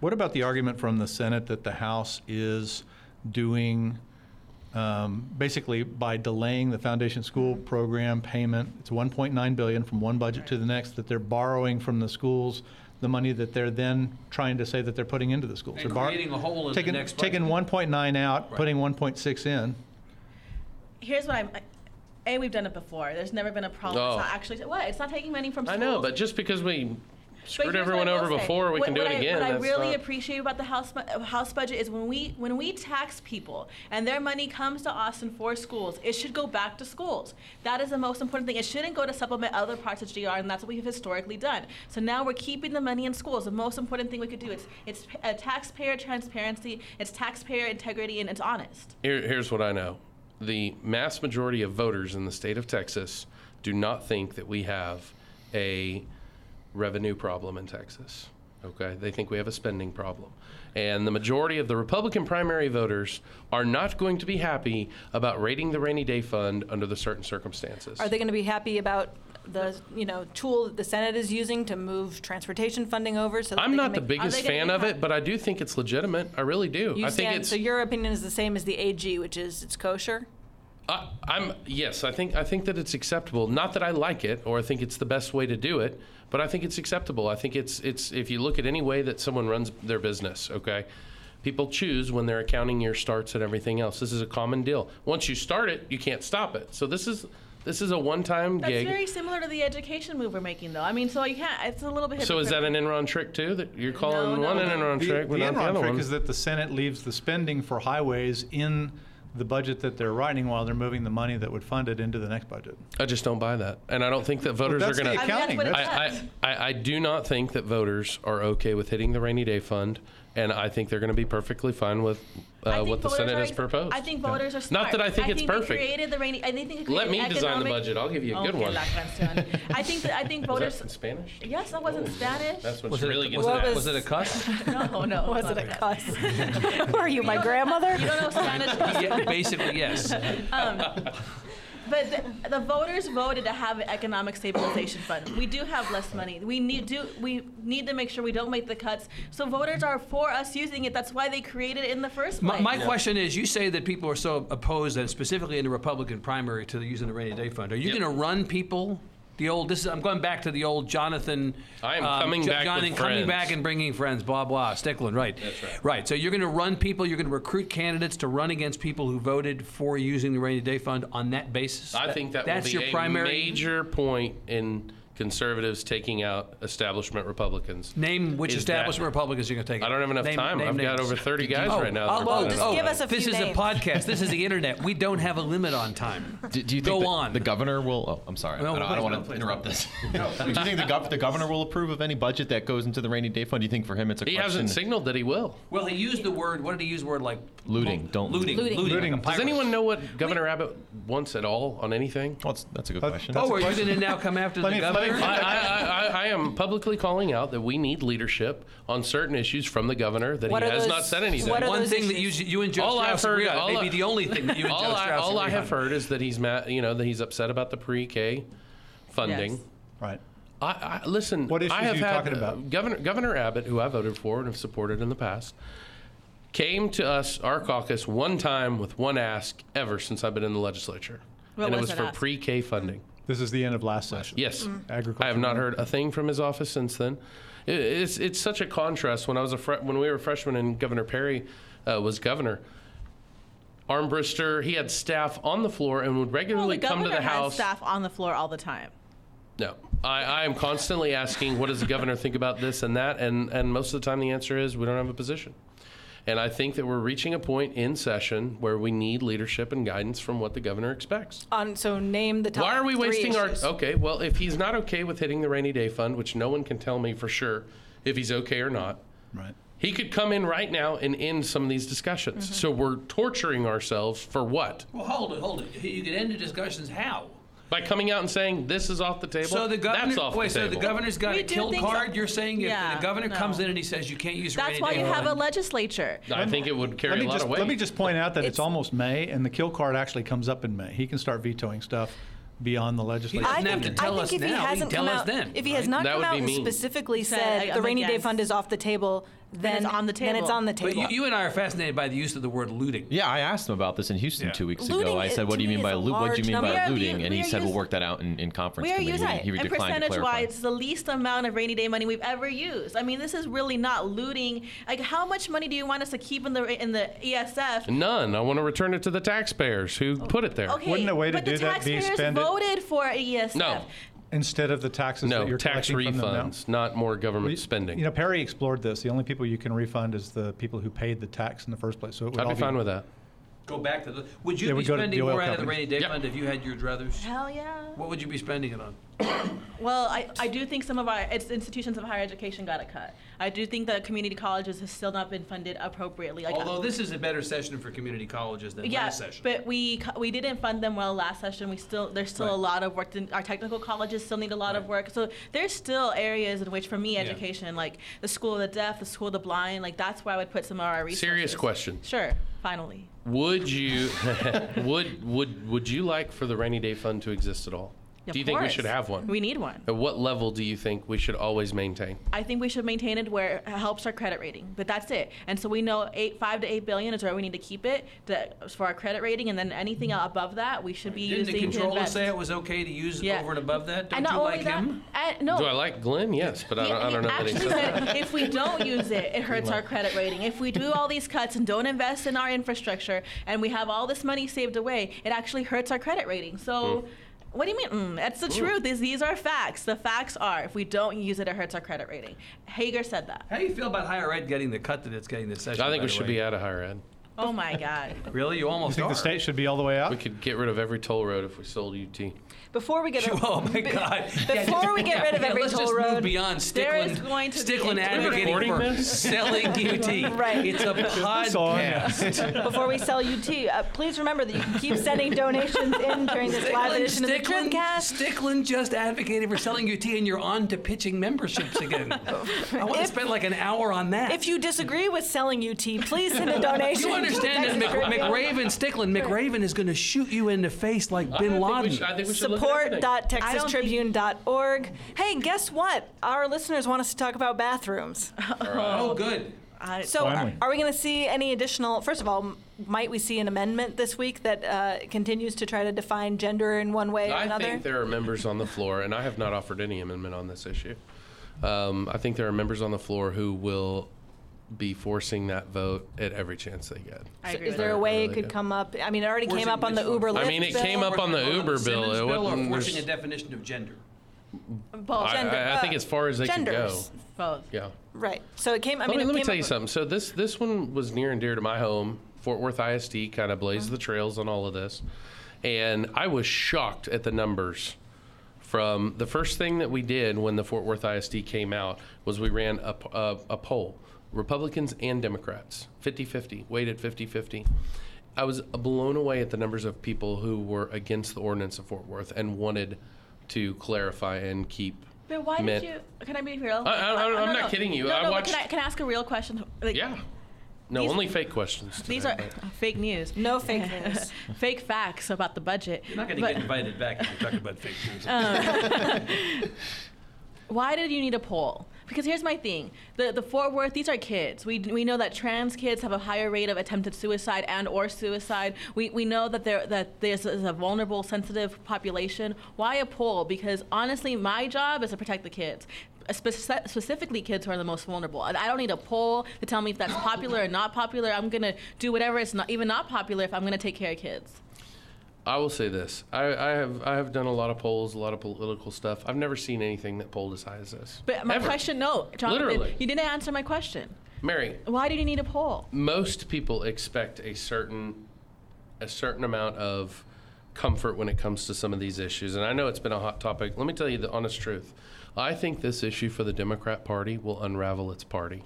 [SPEAKER 8] What about the argument from the Senate that the House is doing, um, basically by delaying the foundation school program payment, it's 1.9 billion from one budget to the next, that they're borrowing from the schools, the money that they're then trying to say that they're putting into the schools.
[SPEAKER 7] And
[SPEAKER 8] They're borrow-
[SPEAKER 7] creating a hole in the
[SPEAKER 8] taking-
[SPEAKER 7] next
[SPEAKER 8] Taking
[SPEAKER 7] budget.
[SPEAKER 8] 1.9 out,
[SPEAKER 7] Right.
[SPEAKER 8] putting 1.6 in.
[SPEAKER 6] Here's what I'm. I, a, we've done it before. There's never been a problem.
[SPEAKER 5] Oh.
[SPEAKER 6] It's not actually what it's not taking money from.
[SPEAKER 5] I
[SPEAKER 6] Schools.
[SPEAKER 5] know, but just because we
[SPEAKER 6] But
[SPEAKER 5] screwed
[SPEAKER 6] here's what
[SPEAKER 5] everyone
[SPEAKER 6] I will
[SPEAKER 5] over
[SPEAKER 6] say.
[SPEAKER 5] before, we
[SPEAKER 6] What-
[SPEAKER 5] can do
[SPEAKER 6] what
[SPEAKER 5] it
[SPEAKER 6] I-
[SPEAKER 5] again.
[SPEAKER 6] What I
[SPEAKER 5] That's
[SPEAKER 6] really
[SPEAKER 5] not-
[SPEAKER 6] appreciate about the house bu- house budget is when we when we tax people and their money comes to Austin for schools, it should go back to schools. That is the most important thing. It shouldn't go to supplement other parts of GR, and that's what we have historically done. So now we're keeping the money in schools. The most important thing we could do it's it's p- uh, taxpayer transparency, it's taxpayer integrity, and it's honest.
[SPEAKER 5] Here, here's what I know the mass majority of voters in the state of Texas do not think that we have a revenue problem in Texas. Okay, they think we have a spending problem. And the majority of the Republican primary voters are not going to be happy about raiding the rainy day fund under the certain circumstances.
[SPEAKER 4] Are they going to be happy about the you know tool that the Senate is using to move transportation funding over? So that
[SPEAKER 5] I'm
[SPEAKER 4] they can
[SPEAKER 5] not the
[SPEAKER 4] make-
[SPEAKER 5] biggest
[SPEAKER 6] they gonna
[SPEAKER 5] fan
[SPEAKER 6] be
[SPEAKER 5] of
[SPEAKER 6] hap-
[SPEAKER 5] it, but I do think it's legitimate. I really do.
[SPEAKER 4] You
[SPEAKER 5] I think
[SPEAKER 4] stand,
[SPEAKER 5] it's
[SPEAKER 4] so your opinion is the same as the AG, which is it's kosher.
[SPEAKER 5] I, I'm yes, I think I think that it's acceptable. Not that I like it or I think it's the best way to do it, but I think it's acceptable. I think it's it's if you look at any way that someone runs their business, okay? People choose when their accounting year starts and everything else. This is a common deal. Once you start it, you can't stop it. So this is this is a one-time
[SPEAKER 6] That's
[SPEAKER 5] gig.
[SPEAKER 6] very similar to the education move we're making, though. I mean, so you can't. It's a little bit.
[SPEAKER 5] so is that an Enron trick too? That you're calling
[SPEAKER 6] no,
[SPEAKER 5] one an
[SPEAKER 6] no.
[SPEAKER 5] Enron
[SPEAKER 8] The,
[SPEAKER 5] trick, but
[SPEAKER 8] the
[SPEAKER 5] not the
[SPEAKER 8] Enron
[SPEAKER 5] other
[SPEAKER 8] trick
[SPEAKER 5] one?
[SPEAKER 8] is that the Senate leaves the spending for highways in the budget that they're writing while they're moving the money that would fund it into the next budget.
[SPEAKER 5] I just don't buy that, and I don't think that voters
[SPEAKER 8] that's
[SPEAKER 5] are going to.
[SPEAKER 8] the
[SPEAKER 6] I mean, that's
[SPEAKER 8] accounting.
[SPEAKER 6] what it
[SPEAKER 8] That's-
[SPEAKER 5] I,
[SPEAKER 6] does.
[SPEAKER 5] I, I, I do not think that voters are okay with hitting the rainy day fund, and I think they're going to be perfectly fine with
[SPEAKER 6] I
[SPEAKER 5] uh,
[SPEAKER 6] think
[SPEAKER 5] what the
[SPEAKER 6] voters
[SPEAKER 5] Senate
[SPEAKER 6] are
[SPEAKER 5] has
[SPEAKER 6] ex-
[SPEAKER 5] proposed.
[SPEAKER 6] I think voters are smart.
[SPEAKER 5] Not that I think it's
[SPEAKER 6] they
[SPEAKER 5] perfect.
[SPEAKER 6] created the rainy. I think they
[SPEAKER 5] Let me
[SPEAKER 6] created
[SPEAKER 5] design the
[SPEAKER 6] economic-
[SPEAKER 5] budget. I'll give you a
[SPEAKER 6] Oh,
[SPEAKER 5] good one.
[SPEAKER 6] luck, Winston. I think that I think
[SPEAKER 5] Was that
[SPEAKER 6] voters.
[SPEAKER 5] in Spanish?
[SPEAKER 6] Yes, that wasn't Spanish.
[SPEAKER 5] That's what
[SPEAKER 7] Was
[SPEAKER 5] she
[SPEAKER 7] it,
[SPEAKER 5] really
[SPEAKER 7] a,
[SPEAKER 5] gets
[SPEAKER 7] was,
[SPEAKER 4] What
[SPEAKER 7] it,
[SPEAKER 5] at.
[SPEAKER 7] was it a cuss?
[SPEAKER 6] no, no.
[SPEAKER 4] Was
[SPEAKER 6] it's
[SPEAKER 4] it
[SPEAKER 6] not
[SPEAKER 4] a
[SPEAKER 6] like
[SPEAKER 4] cuss? Who are you, my grandmother?
[SPEAKER 6] that. You don't know Spanish.
[SPEAKER 7] yeah, basically, yes.
[SPEAKER 6] But the, the voters voted to have an economic stabilization fund. We do have less money. We need do we need to make sure we don't make the cuts. So voters are for us using it. That's why they created it in the first
[SPEAKER 7] My,
[SPEAKER 6] place.
[SPEAKER 7] my question is, you say that people are so opposed, and specifically in the Republican primary, to the using the rainy day fund. Are you
[SPEAKER 5] Yep.
[SPEAKER 7] going to run people? The old. This is. I'm going back to the old Jonathan.
[SPEAKER 5] I am coming back
[SPEAKER 7] Jonathan
[SPEAKER 5] with
[SPEAKER 7] coming
[SPEAKER 5] friends.
[SPEAKER 7] back and bringing friends. Blah blah. Stickland. Right. That's
[SPEAKER 5] right.
[SPEAKER 7] Right. So you're going to run people. You're going to recruit candidates to run against people who voted for using the rainy day fund on that basis.
[SPEAKER 5] I think that
[SPEAKER 7] that's
[SPEAKER 5] will be
[SPEAKER 7] your
[SPEAKER 5] a
[SPEAKER 7] primary
[SPEAKER 5] major point in conservatives taking out establishment Republicans.
[SPEAKER 7] Name which
[SPEAKER 5] is
[SPEAKER 7] establishment
[SPEAKER 5] that-
[SPEAKER 7] Republicans you're going to take.
[SPEAKER 5] I don't have enough
[SPEAKER 7] Name-
[SPEAKER 5] time.
[SPEAKER 7] name
[SPEAKER 5] I've got
[SPEAKER 7] names.
[SPEAKER 5] over 30 guys right now. that are
[SPEAKER 7] oh,
[SPEAKER 5] running.
[SPEAKER 4] Just give us a
[SPEAKER 7] this
[SPEAKER 4] few
[SPEAKER 7] is
[SPEAKER 4] names.
[SPEAKER 7] a podcast. This is the internet. We don't have a limit on time.
[SPEAKER 9] Do, do you
[SPEAKER 7] Go
[SPEAKER 9] think the,
[SPEAKER 7] on.
[SPEAKER 9] the governor will? Oh, I'm sorry.
[SPEAKER 7] No,
[SPEAKER 9] I don't,
[SPEAKER 7] please, no,
[SPEAKER 9] want to
[SPEAKER 7] please.
[SPEAKER 9] interrupt this. do you think the, gov- the governor will approve of any budget that goes into the rainy day fund? Do you think for him it's a
[SPEAKER 5] He
[SPEAKER 9] question?
[SPEAKER 5] hasn't signaled that he will.
[SPEAKER 7] Well, he used the word. What did he use? The word like
[SPEAKER 9] Looting. Don't
[SPEAKER 7] looting.
[SPEAKER 9] loot.
[SPEAKER 7] Looting. looting.
[SPEAKER 8] Looting.
[SPEAKER 7] like a
[SPEAKER 5] Does
[SPEAKER 7] pirate.
[SPEAKER 5] anyone know what Governor Abbott wants at all on anything?
[SPEAKER 9] Well, that's, that's a good
[SPEAKER 8] That-
[SPEAKER 9] question.
[SPEAKER 8] that's
[SPEAKER 7] Oh,
[SPEAKER 8] a
[SPEAKER 7] are you
[SPEAKER 8] question.
[SPEAKER 7] going to now come after
[SPEAKER 8] Let
[SPEAKER 7] the
[SPEAKER 8] me- let me-
[SPEAKER 7] governor?
[SPEAKER 5] I, I, I, I am publicly calling out that we need leadership on certain issues from the governor that
[SPEAKER 4] What
[SPEAKER 5] he
[SPEAKER 4] are
[SPEAKER 5] has
[SPEAKER 4] those-
[SPEAKER 5] not said anything.
[SPEAKER 4] what are
[SPEAKER 7] One
[SPEAKER 4] those
[SPEAKER 7] thing that you,
[SPEAKER 4] issues?
[SPEAKER 7] you and Joe
[SPEAKER 5] all I've
[SPEAKER 7] Strauss
[SPEAKER 5] heard,
[SPEAKER 7] agree on,
[SPEAKER 5] all
[SPEAKER 7] maybe
[SPEAKER 5] I-
[SPEAKER 7] the only thing that you and Joe
[SPEAKER 5] all, I,
[SPEAKER 7] Strauss
[SPEAKER 5] all I
[SPEAKER 7] agree
[SPEAKER 5] have
[SPEAKER 7] on.
[SPEAKER 5] heard is that he's mad, you know, that he's upset about the pre-K funding.
[SPEAKER 6] Yes.
[SPEAKER 8] Right.
[SPEAKER 5] I, I listen.
[SPEAKER 8] What issues
[SPEAKER 5] I have
[SPEAKER 8] are you
[SPEAKER 5] had,
[SPEAKER 8] talking about?
[SPEAKER 5] uh, Governor Governor Abbott, who I voted for and have supported in the past, came to us our caucus one time with one ask ever since I've been in the legislature,
[SPEAKER 6] What
[SPEAKER 5] and it was
[SPEAKER 6] was that
[SPEAKER 5] for
[SPEAKER 6] ask?
[SPEAKER 5] pre-K funding.
[SPEAKER 8] This is the end of last session.
[SPEAKER 5] Yes.
[SPEAKER 6] Mm.
[SPEAKER 8] Agriculture.
[SPEAKER 5] I have not heard a thing from his office since then. I- It's it's such a contrast. When I was a fre- when we were freshmen and Governor Perry uh, was governor, Armbrister he had staff on the floor and would
[SPEAKER 6] Well,
[SPEAKER 5] regularly
[SPEAKER 6] the
[SPEAKER 5] come to
[SPEAKER 6] governor
[SPEAKER 5] the
[SPEAKER 6] has
[SPEAKER 5] house.
[SPEAKER 6] staff on the floor all the time.
[SPEAKER 5] No, I, I am constantly asking what does the governor think about this and that, and and most of the time the answer is we don't have a position. And I think that we're reaching a point in session where we need leadership and guidance from what the governor expects.
[SPEAKER 4] On, so name the top
[SPEAKER 5] Why are we
[SPEAKER 4] three
[SPEAKER 5] wasting our? Oh,
[SPEAKER 4] issues.
[SPEAKER 5] Okay, well, if he's not okay with hitting the rainy day fund, which no one can tell me for sure if he's okay or not,
[SPEAKER 8] Right.
[SPEAKER 5] he could come in right now and end some of these discussions. So we're torturing ourselves for what?
[SPEAKER 7] Well, hold it, hold it. You can end the discussions how?
[SPEAKER 5] By coming out and saying this is off the table.
[SPEAKER 7] So the governor,
[SPEAKER 5] that's off
[SPEAKER 7] wait,
[SPEAKER 5] the
[SPEAKER 7] so
[SPEAKER 5] table.
[SPEAKER 7] the governor's got
[SPEAKER 6] We
[SPEAKER 7] a
[SPEAKER 6] do
[SPEAKER 7] kill
[SPEAKER 6] things-
[SPEAKER 7] card. You're saying if
[SPEAKER 6] Yeah,
[SPEAKER 7] the governor
[SPEAKER 6] no.
[SPEAKER 7] comes in and he says you can't use
[SPEAKER 6] That's
[SPEAKER 7] rainy
[SPEAKER 6] why
[SPEAKER 7] day
[SPEAKER 6] you have
[SPEAKER 7] fund,"
[SPEAKER 6] a legislature.
[SPEAKER 5] I think it would carry
[SPEAKER 8] Let
[SPEAKER 5] a
[SPEAKER 8] me,
[SPEAKER 5] lot
[SPEAKER 8] just,
[SPEAKER 5] of weight.
[SPEAKER 8] let me just point out that it's,
[SPEAKER 4] It's-
[SPEAKER 8] almost May, and the kill card actually comes up in May. He can start vetoing stuff beyond the legislature.
[SPEAKER 7] I
[SPEAKER 4] I
[SPEAKER 7] doesn't have
[SPEAKER 4] think,
[SPEAKER 7] to tell
[SPEAKER 4] I
[SPEAKER 7] us
[SPEAKER 4] think if he
[SPEAKER 7] now, he
[SPEAKER 4] hasn't
[SPEAKER 7] can
[SPEAKER 4] come
[SPEAKER 7] tell us
[SPEAKER 4] out,
[SPEAKER 7] then,
[SPEAKER 4] if he has
[SPEAKER 7] right?
[SPEAKER 4] not
[SPEAKER 5] That
[SPEAKER 4] come
[SPEAKER 5] would
[SPEAKER 4] out
[SPEAKER 5] be
[SPEAKER 4] and
[SPEAKER 5] mean.
[SPEAKER 4] specifically
[SPEAKER 6] Said,
[SPEAKER 4] said
[SPEAKER 6] I'm
[SPEAKER 4] the rainy day
[SPEAKER 6] against.
[SPEAKER 4] fund is off the table, then
[SPEAKER 6] it's on the
[SPEAKER 4] Then it's
[SPEAKER 6] table.
[SPEAKER 4] on the
[SPEAKER 7] But
[SPEAKER 4] table.
[SPEAKER 7] you, you and I are fascinated by the use of the word looting.
[SPEAKER 9] Yeah, I asked him about this in Houston
[SPEAKER 8] Yeah.
[SPEAKER 9] two weeks
[SPEAKER 4] Looting
[SPEAKER 9] ago. I
[SPEAKER 4] is-
[SPEAKER 9] said, "What
[SPEAKER 4] to
[SPEAKER 9] do you
[SPEAKER 4] me
[SPEAKER 9] mean
[SPEAKER 4] is
[SPEAKER 9] by
[SPEAKER 4] a
[SPEAKER 9] loo-
[SPEAKER 4] large
[SPEAKER 9] what do you mean
[SPEAKER 4] number.
[SPEAKER 6] We
[SPEAKER 9] by
[SPEAKER 6] are-
[SPEAKER 9] looting?"
[SPEAKER 6] we-
[SPEAKER 9] And he
[SPEAKER 6] we are
[SPEAKER 9] said, "We'll
[SPEAKER 6] using-
[SPEAKER 9] work that out in, in conference
[SPEAKER 6] We are
[SPEAKER 9] committee."
[SPEAKER 6] using
[SPEAKER 9] and he
[SPEAKER 6] and
[SPEAKER 9] declined to
[SPEAKER 6] percentage
[SPEAKER 9] clarify.
[SPEAKER 6] wise, it's the least amount of rainy day money we've ever used. I mean, this is really not looting. Like, how much money do you want us to keep in the in the E ESF?
[SPEAKER 5] None. I want to return it to the taxpayers who put it there.
[SPEAKER 6] Okay,
[SPEAKER 8] Wouldn't a way to
[SPEAKER 6] but the
[SPEAKER 8] do that be
[SPEAKER 6] taxpayers
[SPEAKER 8] spend it-
[SPEAKER 6] voted for a E ESF.
[SPEAKER 5] No.
[SPEAKER 8] Instead of the taxes that
[SPEAKER 5] No,
[SPEAKER 8] you're
[SPEAKER 5] tax
[SPEAKER 8] collecting from them now.
[SPEAKER 5] refunds, not more government spending.
[SPEAKER 8] You know, Perry explored this. The only people you can refund is the people who paid the tax in the first place. So it would
[SPEAKER 5] I'd
[SPEAKER 8] all
[SPEAKER 5] be fine with that.
[SPEAKER 7] Go back to the. Would
[SPEAKER 8] Yeah,
[SPEAKER 7] you
[SPEAKER 8] we
[SPEAKER 7] be
[SPEAKER 8] go to the
[SPEAKER 7] spending
[SPEAKER 8] oil
[SPEAKER 7] more out of the rainy
[SPEAKER 8] companies.
[SPEAKER 7] day
[SPEAKER 5] Yeah.
[SPEAKER 7] fund if you had your druthers?
[SPEAKER 6] Hell yeah.
[SPEAKER 7] What would you be spending it on?
[SPEAKER 6] Well, I, I do think some of our it's institutions of higher education got a cut. I do think that community colleges has still not been funded appropriately. Like,
[SPEAKER 7] Although this is a better session for community colleges than
[SPEAKER 6] yeah,
[SPEAKER 7] last session.
[SPEAKER 6] but we cu- we didn't fund them well last session. We still there's still a lot of work. Our technical colleges still need a lot of work. So there's still areas in which, for me, education like the school of the deaf, the school of the blind, like that's where I would put some of our resources.
[SPEAKER 5] Serious question.
[SPEAKER 6] Sure. Finally,
[SPEAKER 5] Would you would would would you like for the rainy day fund to exist at all?
[SPEAKER 6] Of
[SPEAKER 5] Do you think we
[SPEAKER 6] course.
[SPEAKER 5] should have one?
[SPEAKER 6] We need one.
[SPEAKER 5] At what level do you think we should always maintain?
[SPEAKER 6] I think we should maintain it where it helps our credit rating, but that's it. And so we know eight, five to eight billion is where we need to keep it to, for our credit rating, and then anything above that we should be
[SPEAKER 7] Didn't
[SPEAKER 6] using
[SPEAKER 7] the
[SPEAKER 6] to
[SPEAKER 7] controller
[SPEAKER 6] invest.
[SPEAKER 7] say it was okay to use
[SPEAKER 6] Yeah.
[SPEAKER 7] over and above that? Don't
[SPEAKER 6] and not
[SPEAKER 7] you
[SPEAKER 6] only
[SPEAKER 7] like
[SPEAKER 6] that,
[SPEAKER 7] him?
[SPEAKER 6] and- no.
[SPEAKER 5] Do I like Glenn? Yes, but I don't,
[SPEAKER 6] Oh. Yeah,
[SPEAKER 5] I
[SPEAKER 6] he
[SPEAKER 5] don't know that he
[SPEAKER 6] actually
[SPEAKER 5] says that.
[SPEAKER 6] said if we don't use it, it hurts our credit rating. If we do all these cuts and don't invest in our infrastructure, and we have all this money saved away, it actually hurts our credit rating. So. What do you mean? Mm, that's the truth. These, these are facts. The facts are if we don't use it, it hurts our credit rating. Hager said that.
[SPEAKER 7] How do you feel about higher ed getting the cut that it's getting this session?
[SPEAKER 5] I think
[SPEAKER 7] by
[SPEAKER 5] we
[SPEAKER 7] the
[SPEAKER 5] should
[SPEAKER 7] way?
[SPEAKER 5] be uh, out of higher ed.
[SPEAKER 6] Oh my God.
[SPEAKER 7] Really? You almost
[SPEAKER 8] think
[SPEAKER 7] are.
[SPEAKER 8] the state should be all the way up?
[SPEAKER 5] We could get rid of every toll road if we sold UT.
[SPEAKER 4] Before we get
[SPEAKER 7] Oh my God! Yeah,
[SPEAKER 4] before we get rid of
[SPEAKER 7] yeah,
[SPEAKER 4] every
[SPEAKER 7] let's
[SPEAKER 4] toll
[SPEAKER 7] just move
[SPEAKER 4] road,
[SPEAKER 7] beyond
[SPEAKER 6] there
[SPEAKER 7] Stickland.
[SPEAKER 6] is going to be
[SPEAKER 7] Stickland
[SPEAKER 6] a- Are we
[SPEAKER 7] advocating
[SPEAKER 5] recording
[SPEAKER 7] for
[SPEAKER 5] this?
[SPEAKER 7] selling UT.
[SPEAKER 4] Right.
[SPEAKER 7] It's a
[SPEAKER 8] It's on.
[SPEAKER 7] podcast.
[SPEAKER 4] before we sell UT, uh, please remember that you can keep sending donations in during this live
[SPEAKER 7] Stickland,
[SPEAKER 4] edition of the
[SPEAKER 7] Stickland,
[SPEAKER 4] Trimcast.
[SPEAKER 7] Stickland just advocated for selling UT, and you're on to pitching memberships again. I want to
[SPEAKER 4] Oh. If-
[SPEAKER 7] spend like an hour on that.
[SPEAKER 4] If you disagree with selling UT, please send a donation.
[SPEAKER 7] You understand that
[SPEAKER 4] to
[SPEAKER 7] Mc,
[SPEAKER 4] Texas Tribune.
[SPEAKER 7] McRaven, Stickland, McRaven is going to shoot you in the face like Bin Laden.
[SPEAKER 5] I think we should
[SPEAKER 6] I don't think-
[SPEAKER 4] support.texastribune.org. Hey, guess what? Our listeners want us to talk about bathrooms.
[SPEAKER 7] oh, good.
[SPEAKER 6] I,
[SPEAKER 4] So, uh,
[SPEAKER 8] Finally.
[SPEAKER 4] are we going to see any additional? First of all, m- might we see an amendment this week that uh, continues to try to define gender in one way or
[SPEAKER 5] I
[SPEAKER 4] another?
[SPEAKER 5] think there are members on the floor, and I have not offered any amendment on this issue. Um, I think there are members on the floor who will be forcing that vote at every chance they get.
[SPEAKER 6] I agree
[SPEAKER 4] Is
[SPEAKER 6] with
[SPEAKER 4] there
[SPEAKER 6] that.
[SPEAKER 4] a way it
[SPEAKER 5] Really
[SPEAKER 4] could
[SPEAKER 5] do.
[SPEAKER 4] come up? I mean, it already
[SPEAKER 7] Forcing
[SPEAKER 4] came up on the
[SPEAKER 7] which one?
[SPEAKER 4] Uber
[SPEAKER 5] I
[SPEAKER 4] Lyft
[SPEAKER 5] mean, it
[SPEAKER 4] bill.
[SPEAKER 5] came up on the Uber bill. It
[SPEAKER 7] bill or
[SPEAKER 5] wasn't-
[SPEAKER 7] forcing a
[SPEAKER 5] there's-
[SPEAKER 7] definition of gender.
[SPEAKER 6] both.
[SPEAKER 5] I- I, I think as far as they can go.
[SPEAKER 4] genders.
[SPEAKER 6] both.
[SPEAKER 5] Yeah.
[SPEAKER 4] Right. So it came. I
[SPEAKER 5] Let
[SPEAKER 4] mean,
[SPEAKER 5] me,
[SPEAKER 4] it
[SPEAKER 5] let me
[SPEAKER 4] came
[SPEAKER 5] tell you
[SPEAKER 4] up-
[SPEAKER 5] something. So this this one was near and dear to my home. Fort Worth ISD kind of blazed the trails on all of this, and I was shocked at the numbers. From the first thing that we did when the Fort Worth ISD came out was we ran a, p- a- a poll, Republicans and Democrats, 50-50, weighted 50-50. I was blown away at the numbers of people who were against the ordinance of Fort Worth and wanted to clarify and keep.
[SPEAKER 6] But why
[SPEAKER 5] meant-
[SPEAKER 6] did you? Can I be real? Uh,
[SPEAKER 5] I- I- I'm not kidding you.
[SPEAKER 6] No,
[SPEAKER 5] I
[SPEAKER 6] no, but
[SPEAKER 5] watched-
[SPEAKER 6] Can I, can I ask a real question? Like,
[SPEAKER 5] Yeah. No,
[SPEAKER 6] These-
[SPEAKER 5] only fake questions.
[SPEAKER 6] These
[SPEAKER 5] today,
[SPEAKER 6] are
[SPEAKER 5] but-
[SPEAKER 6] fake news.
[SPEAKER 4] No fake news.
[SPEAKER 6] fake facts about the budget.
[SPEAKER 7] You're not going to
[SPEAKER 6] But
[SPEAKER 7] get invited back if you're talking about fake news.
[SPEAKER 4] Uh,
[SPEAKER 6] Why did you need a poll? Because here's my thing: the the Fort Worth, these are kids. We we know that trans kids have a higher rate of attempted suicide and or suicide. We we know that there that this is a vulnerable, sensitive population. Why a poll? Because honestly, my job is to protect the kids. spec- Specifically, kids who are the most vulnerable. And I don't need a poll to tell me if that's popular or not popular. I'm gonna do whatever is not even not popular if I'm gonna take care of kids.
[SPEAKER 5] I will say this: I, I have I have done a lot of polls, a lot of political stuff. I've never seen anything that polled as high as this.
[SPEAKER 6] But my
[SPEAKER 5] Ever.
[SPEAKER 6] question, no, Jonathan,
[SPEAKER 5] Literally.
[SPEAKER 6] you didn't answer my question.
[SPEAKER 5] Mary,
[SPEAKER 6] Why did you need a poll?
[SPEAKER 5] most people expect a certain a certain amount of comfort when it comes to some of these issues, and I know it's been a hot topic. Let me tell you the honest truth: I think this issue for the Democrat Party will unravel its party.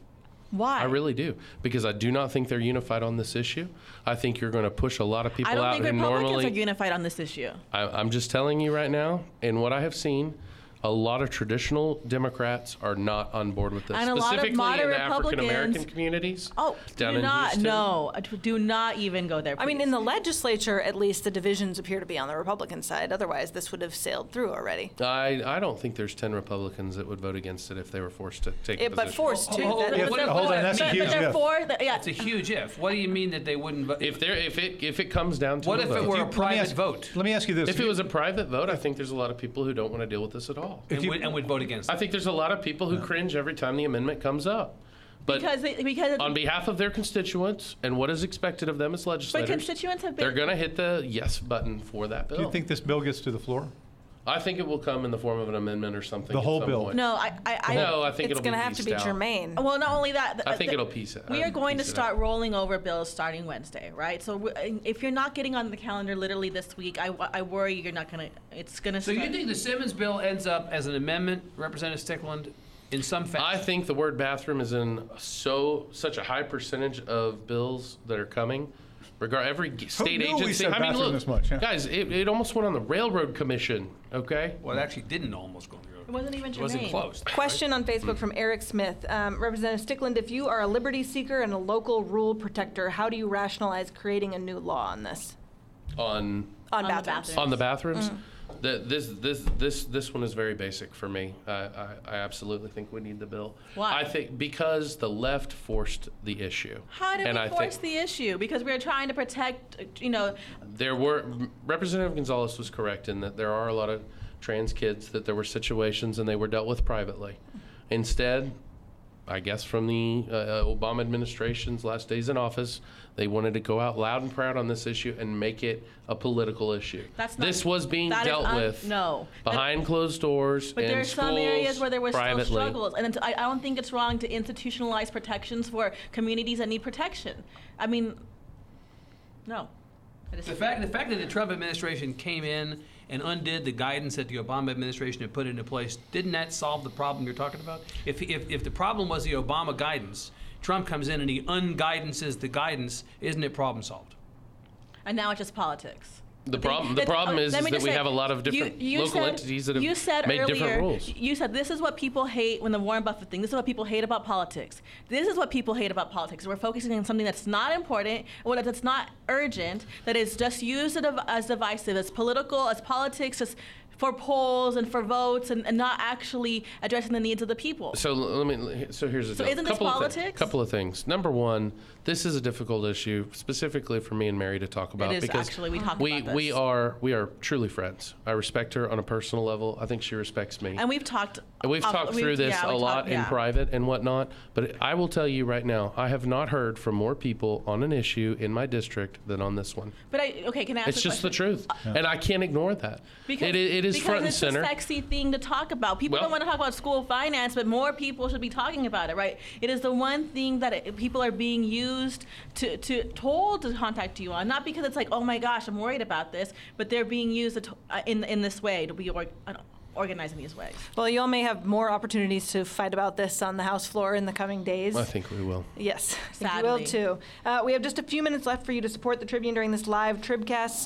[SPEAKER 6] Why?
[SPEAKER 5] I really do because I do not think they're unified on this issue. I think you're going to push a lot of people
[SPEAKER 6] I don't
[SPEAKER 5] out
[SPEAKER 6] think
[SPEAKER 5] who
[SPEAKER 6] Republicans
[SPEAKER 5] normally
[SPEAKER 6] are unified on this issue.
[SPEAKER 5] I, I'm just telling you right now, and what I have seen, a lot of traditional Democrats are not on board with this,
[SPEAKER 6] And a lot of
[SPEAKER 5] specifically in
[SPEAKER 6] moderate
[SPEAKER 5] the African American
[SPEAKER 6] Republicans-
[SPEAKER 5] communities.
[SPEAKER 6] Oh,
[SPEAKER 5] down
[SPEAKER 6] do
[SPEAKER 5] in
[SPEAKER 6] not.
[SPEAKER 5] Houston.
[SPEAKER 6] No, do not even go there.
[SPEAKER 4] I mean, in
[SPEAKER 6] please.
[SPEAKER 4] the legislature, at least the divisions appear to be on the Republican side. Otherwise, this would have sailed through already.
[SPEAKER 5] I, I don't think there's ten Republicans that would vote against it if they were forced to take a
[SPEAKER 4] It, but
[SPEAKER 5] position.
[SPEAKER 4] forced to.
[SPEAKER 7] Oh,
[SPEAKER 4] that-
[SPEAKER 7] yeah,
[SPEAKER 4] but-
[SPEAKER 7] what-
[SPEAKER 8] hold
[SPEAKER 7] what
[SPEAKER 8] on, that's a
[SPEAKER 7] does that
[SPEAKER 8] huge
[SPEAKER 6] but they're
[SPEAKER 8] if.
[SPEAKER 6] for. yeah,
[SPEAKER 7] It's a huge if. What do you mean that they wouldn't vote?
[SPEAKER 5] If there if it if it comes down to
[SPEAKER 7] what
[SPEAKER 5] a
[SPEAKER 7] if
[SPEAKER 5] vote,
[SPEAKER 7] it were a
[SPEAKER 8] Let me
[SPEAKER 7] private
[SPEAKER 8] ask-
[SPEAKER 7] vote
[SPEAKER 8] Let me ask you this.
[SPEAKER 5] if it was a private vote, I think there's a lot of people who don't want to deal with this at all.
[SPEAKER 7] and, would, and would vote against
[SPEAKER 5] I
[SPEAKER 7] it?
[SPEAKER 5] think there's a lot of people who cringe every time the amendment comes up. But
[SPEAKER 6] because they, because
[SPEAKER 5] on behalf of their constituents and what is expected of them as
[SPEAKER 6] but
[SPEAKER 5] legislators,
[SPEAKER 6] constituents have
[SPEAKER 5] they're
[SPEAKER 6] been.
[SPEAKER 5] going to hit the yes button for that bill.
[SPEAKER 8] Do you think this bill gets to the floor?
[SPEAKER 5] I think it will come in the form of an amendment or something.
[SPEAKER 8] The
[SPEAKER 5] at
[SPEAKER 8] whole
[SPEAKER 5] some
[SPEAKER 8] bill.
[SPEAKER 5] point.
[SPEAKER 6] No, I I, I
[SPEAKER 5] no, I think
[SPEAKER 4] It's
[SPEAKER 5] it'll
[SPEAKER 4] going to
[SPEAKER 5] be
[SPEAKER 4] have to
[SPEAKER 5] pieced
[SPEAKER 4] be
[SPEAKER 5] out.
[SPEAKER 4] germane.
[SPEAKER 6] Well, not only that.
[SPEAKER 5] I think
[SPEAKER 6] the-
[SPEAKER 5] it'll piece it.
[SPEAKER 6] We
[SPEAKER 5] uh,
[SPEAKER 6] are going to
[SPEAKER 5] piece it
[SPEAKER 6] start
[SPEAKER 5] out.
[SPEAKER 6] rolling over bills starting Wednesday, right? So w- if you're not getting on the calendar literally this week, I, w- I worry you're not gonna. It's gonna.
[SPEAKER 7] So you think the Simmons bill ends up as an amendment, Representative Stickland, in some fashion?
[SPEAKER 5] I think the word bathroom is in so such a high percentage of bills that are coming. Regard every g- state
[SPEAKER 8] knew we
[SPEAKER 5] agency.
[SPEAKER 8] said
[SPEAKER 5] I mean,
[SPEAKER 8] bathroom
[SPEAKER 5] look,
[SPEAKER 8] this much, yeah.
[SPEAKER 5] guys, it, it almost went on the railroad commission. Okay,
[SPEAKER 7] Well, it actually didn't almost go
[SPEAKER 6] It
[SPEAKER 7] through.
[SPEAKER 6] wasn't even germane.
[SPEAKER 7] It wasn't closed.
[SPEAKER 4] Question on Facebook
[SPEAKER 5] Hmm.
[SPEAKER 4] from Eric Smith. Um, Representative Stickland, if you are a liberty seeker and a local rule protector, how do you rationalize creating a new law on this?
[SPEAKER 5] on
[SPEAKER 4] On
[SPEAKER 6] On the
[SPEAKER 4] bathrooms?
[SPEAKER 6] bathroom. Mm.
[SPEAKER 5] on the bathrooms. Th this this this this one is very basic for me. I, I, I absolutely think we need the bill.
[SPEAKER 6] Why?
[SPEAKER 5] I think because the left forced the issue.
[SPEAKER 6] How did
[SPEAKER 5] and
[SPEAKER 6] we
[SPEAKER 5] I
[SPEAKER 6] force
[SPEAKER 5] think
[SPEAKER 6] the issue? Because we were trying to protect, uh, you know,
[SPEAKER 5] there were Representative Gonzalez was correct in that there are a lot of trans kids that there were situations and they were dealt with privately. Instead, I guess from the uh, uh, Obama administration's last days in office, they wanted to go out loud and proud on this issue and make it a political issue.
[SPEAKER 6] That's not-
[SPEAKER 5] this was being
[SPEAKER 6] that is
[SPEAKER 5] dealt
[SPEAKER 6] un-
[SPEAKER 5] with
[SPEAKER 6] no. That-
[SPEAKER 5] behind closed doors.
[SPEAKER 6] but
[SPEAKER 5] in
[SPEAKER 6] there are some areas
[SPEAKER 5] schools,
[SPEAKER 6] where there were
[SPEAKER 5] privately.
[SPEAKER 6] still struggles. And it's- I, I don't think it's wrong to institutionalize protections for communities that need protection. I mean, no. I just-
[SPEAKER 7] The fact, the fact that the Trump administration came in and undid the guidance that the Obama administration had put into place, didn't that solve the problem you're talking about? If, if, if the problem was the Obama guidance, Trump comes in and he unguidances the guidance, isn't it problem solved?
[SPEAKER 6] and now it's just politics.
[SPEAKER 5] The
[SPEAKER 6] thing-
[SPEAKER 5] problem, the
[SPEAKER 6] that-
[SPEAKER 5] problem
[SPEAKER 6] oh,
[SPEAKER 5] is,
[SPEAKER 6] let
[SPEAKER 5] is
[SPEAKER 6] me
[SPEAKER 5] that
[SPEAKER 6] just
[SPEAKER 5] we
[SPEAKER 6] say,
[SPEAKER 5] have a lot of
[SPEAKER 6] you-
[SPEAKER 5] different
[SPEAKER 6] you
[SPEAKER 5] local
[SPEAKER 6] said-
[SPEAKER 5] entities that have
[SPEAKER 6] you said
[SPEAKER 5] made
[SPEAKER 6] earlier-
[SPEAKER 5] different rules.
[SPEAKER 6] You said this is what people hate when the Warren Buffett thing. This is what people hate about politics. This is what people hate about politics. We're focusing on something that's not important, well, that's not urgent, that is just used as div- as divisive, as political, as politics, just for polls and for votes, and, and not actually addressing the needs of the people.
[SPEAKER 5] So l- let me. So here's the
[SPEAKER 6] So
[SPEAKER 5] deal.
[SPEAKER 6] isn't this
[SPEAKER 5] couple of thi-
[SPEAKER 6] politics?
[SPEAKER 5] couple of things. Number one, this is a difficult issue, specifically for me and Mary to talk about
[SPEAKER 6] is,
[SPEAKER 5] because
[SPEAKER 6] actually. We talked
[SPEAKER 5] we,
[SPEAKER 6] about this.
[SPEAKER 5] we are we are truly friends. I respect her on a personal level. I think she respects me.
[SPEAKER 6] and we've talked.
[SPEAKER 5] And we've
[SPEAKER 6] off-
[SPEAKER 5] talked
[SPEAKER 6] we've-
[SPEAKER 5] through this
[SPEAKER 6] yeah,
[SPEAKER 5] a
[SPEAKER 6] we talked-
[SPEAKER 5] lot in
[SPEAKER 6] yeah.
[SPEAKER 5] private and whatnot, but I will tell you right now, I have not heard from more people on an issue in my district than on this one.
[SPEAKER 6] But I okay, can I ask
[SPEAKER 5] It's
[SPEAKER 6] a
[SPEAKER 5] just the
[SPEAKER 6] question?
[SPEAKER 5] truth, and I can't ignore that.
[SPEAKER 6] Because
[SPEAKER 5] it, it is
[SPEAKER 6] because
[SPEAKER 5] front and
[SPEAKER 6] it's
[SPEAKER 5] center.
[SPEAKER 6] a sexy thing to talk about. People
[SPEAKER 5] Well-
[SPEAKER 6] don't want to talk about school finance, but more people should be talking about it, right? It is the one thing that it, people are being used to, to told to contact you on, not because it's like, oh my gosh, I'm worried about this, but they're being used to, uh, in in this way to be or, uh, organized in these ways.
[SPEAKER 4] Well, y'all may have more opportunities to fight about this on the House floor in the coming days.
[SPEAKER 5] I think we will.
[SPEAKER 4] Yes, I think you will
[SPEAKER 6] Sadly.
[SPEAKER 4] too. Uh, we have just a few minutes left for you to support the Tribune during this live Tribcast,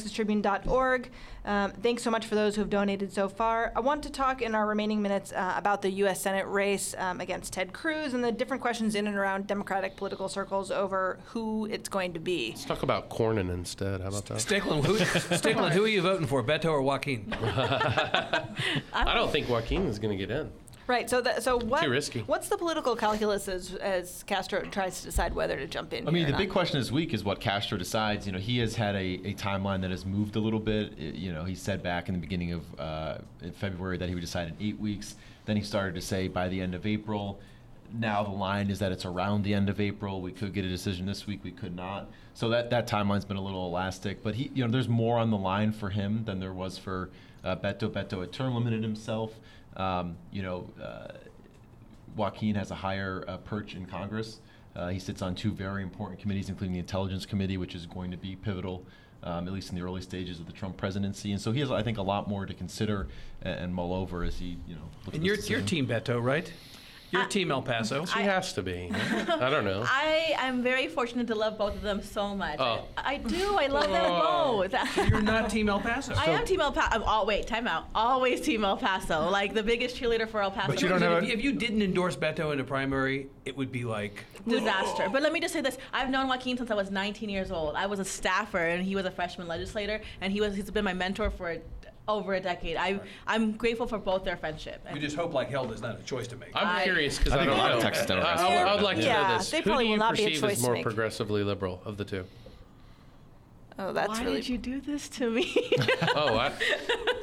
[SPEAKER 4] support.texastribune.org. Um, thanks so much for those who have donated so far. I want to talk in our remaining minutes uh, about the U.S. Senate race um, against Ted Cruz and the different questions in and around Democratic political circles over who it's going to be.
[SPEAKER 5] Let's talk about Cornyn instead. How about that?
[SPEAKER 7] Stickland, who, Stickland, who are you voting for, Beto or Joaquin?
[SPEAKER 5] I don't think Joaquin is going to get in.
[SPEAKER 4] Right, so that, so what,
[SPEAKER 5] Too risky.
[SPEAKER 4] what's the political calculus as, as Castro tries to decide whether to jump in
[SPEAKER 9] I mean,
[SPEAKER 4] here or
[SPEAKER 9] the big
[SPEAKER 4] not?
[SPEAKER 9] question this week is what Castro decides. You know, he has had a, a timeline that has moved a little bit. I- you know, he said back in the beginning of uh, in February that he would decide in eight weeks. Then he started to say by the end of April. Now the line is that it's around the end of April. We could get a decision this week. We could not. So that that timeline's been a little elastic. But he, you know, there's more on the line for him than there was for uh, Beto. Beto had term limited himself. Um, you know. Uh, Joaquin has a higher uh, perch in Congress. Uh, he sits on two very important committees, including the Intelligence Committee, which is going to be pivotal, um, at least in the early stages of the Trump presidency. And so he has, I think, a lot more to consider and, and mull over as he, you know. looks at
[SPEAKER 7] And your,
[SPEAKER 9] this
[SPEAKER 7] your team,
[SPEAKER 9] decision.
[SPEAKER 7] Beto, right? Your team, El Paso.
[SPEAKER 5] She has to be. I don't know.
[SPEAKER 6] I am very fortunate to love both of them so much.
[SPEAKER 5] Oh.
[SPEAKER 6] I, I do. I love them both.
[SPEAKER 7] You're not team El Paso.
[SPEAKER 6] I am Team El Paso. I'm all wait, time out. Always Team El Paso. Like the biggest cheerleader for El Paso.
[SPEAKER 8] you don't have
[SPEAKER 7] if,
[SPEAKER 8] a-
[SPEAKER 7] if you didn't endorse Beto in the primary, it would be like
[SPEAKER 6] disaster. But let me just say this: I've known Joaquin since I was 19 years old. I was a staffer, and he was a freshman legislator, and he was—he's been my mentor for over a decade. I, I'm grateful for both their friendship.
[SPEAKER 7] you just hope like hell there's not a choice to make.
[SPEAKER 5] I'm
[SPEAKER 6] I-
[SPEAKER 5] curious because
[SPEAKER 9] I
[SPEAKER 5] I,
[SPEAKER 9] think
[SPEAKER 5] don't
[SPEAKER 9] a lot
[SPEAKER 5] know.
[SPEAKER 9] of Texas
[SPEAKER 5] I-
[SPEAKER 9] Democrats
[SPEAKER 5] I,
[SPEAKER 9] would
[SPEAKER 5] I would
[SPEAKER 9] vote
[SPEAKER 5] like to
[SPEAKER 4] Yeah,
[SPEAKER 5] know this.
[SPEAKER 4] they
[SPEAKER 5] Who do
[SPEAKER 4] probably
[SPEAKER 5] you
[SPEAKER 4] will not be a
[SPEAKER 5] perceive as
[SPEAKER 4] choice
[SPEAKER 5] more
[SPEAKER 4] maker.
[SPEAKER 5] progressively liberal of the two?
[SPEAKER 4] Oh, that's
[SPEAKER 6] Why
[SPEAKER 4] really
[SPEAKER 6] did you do this to me?
[SPEAKER 5] Oh, I,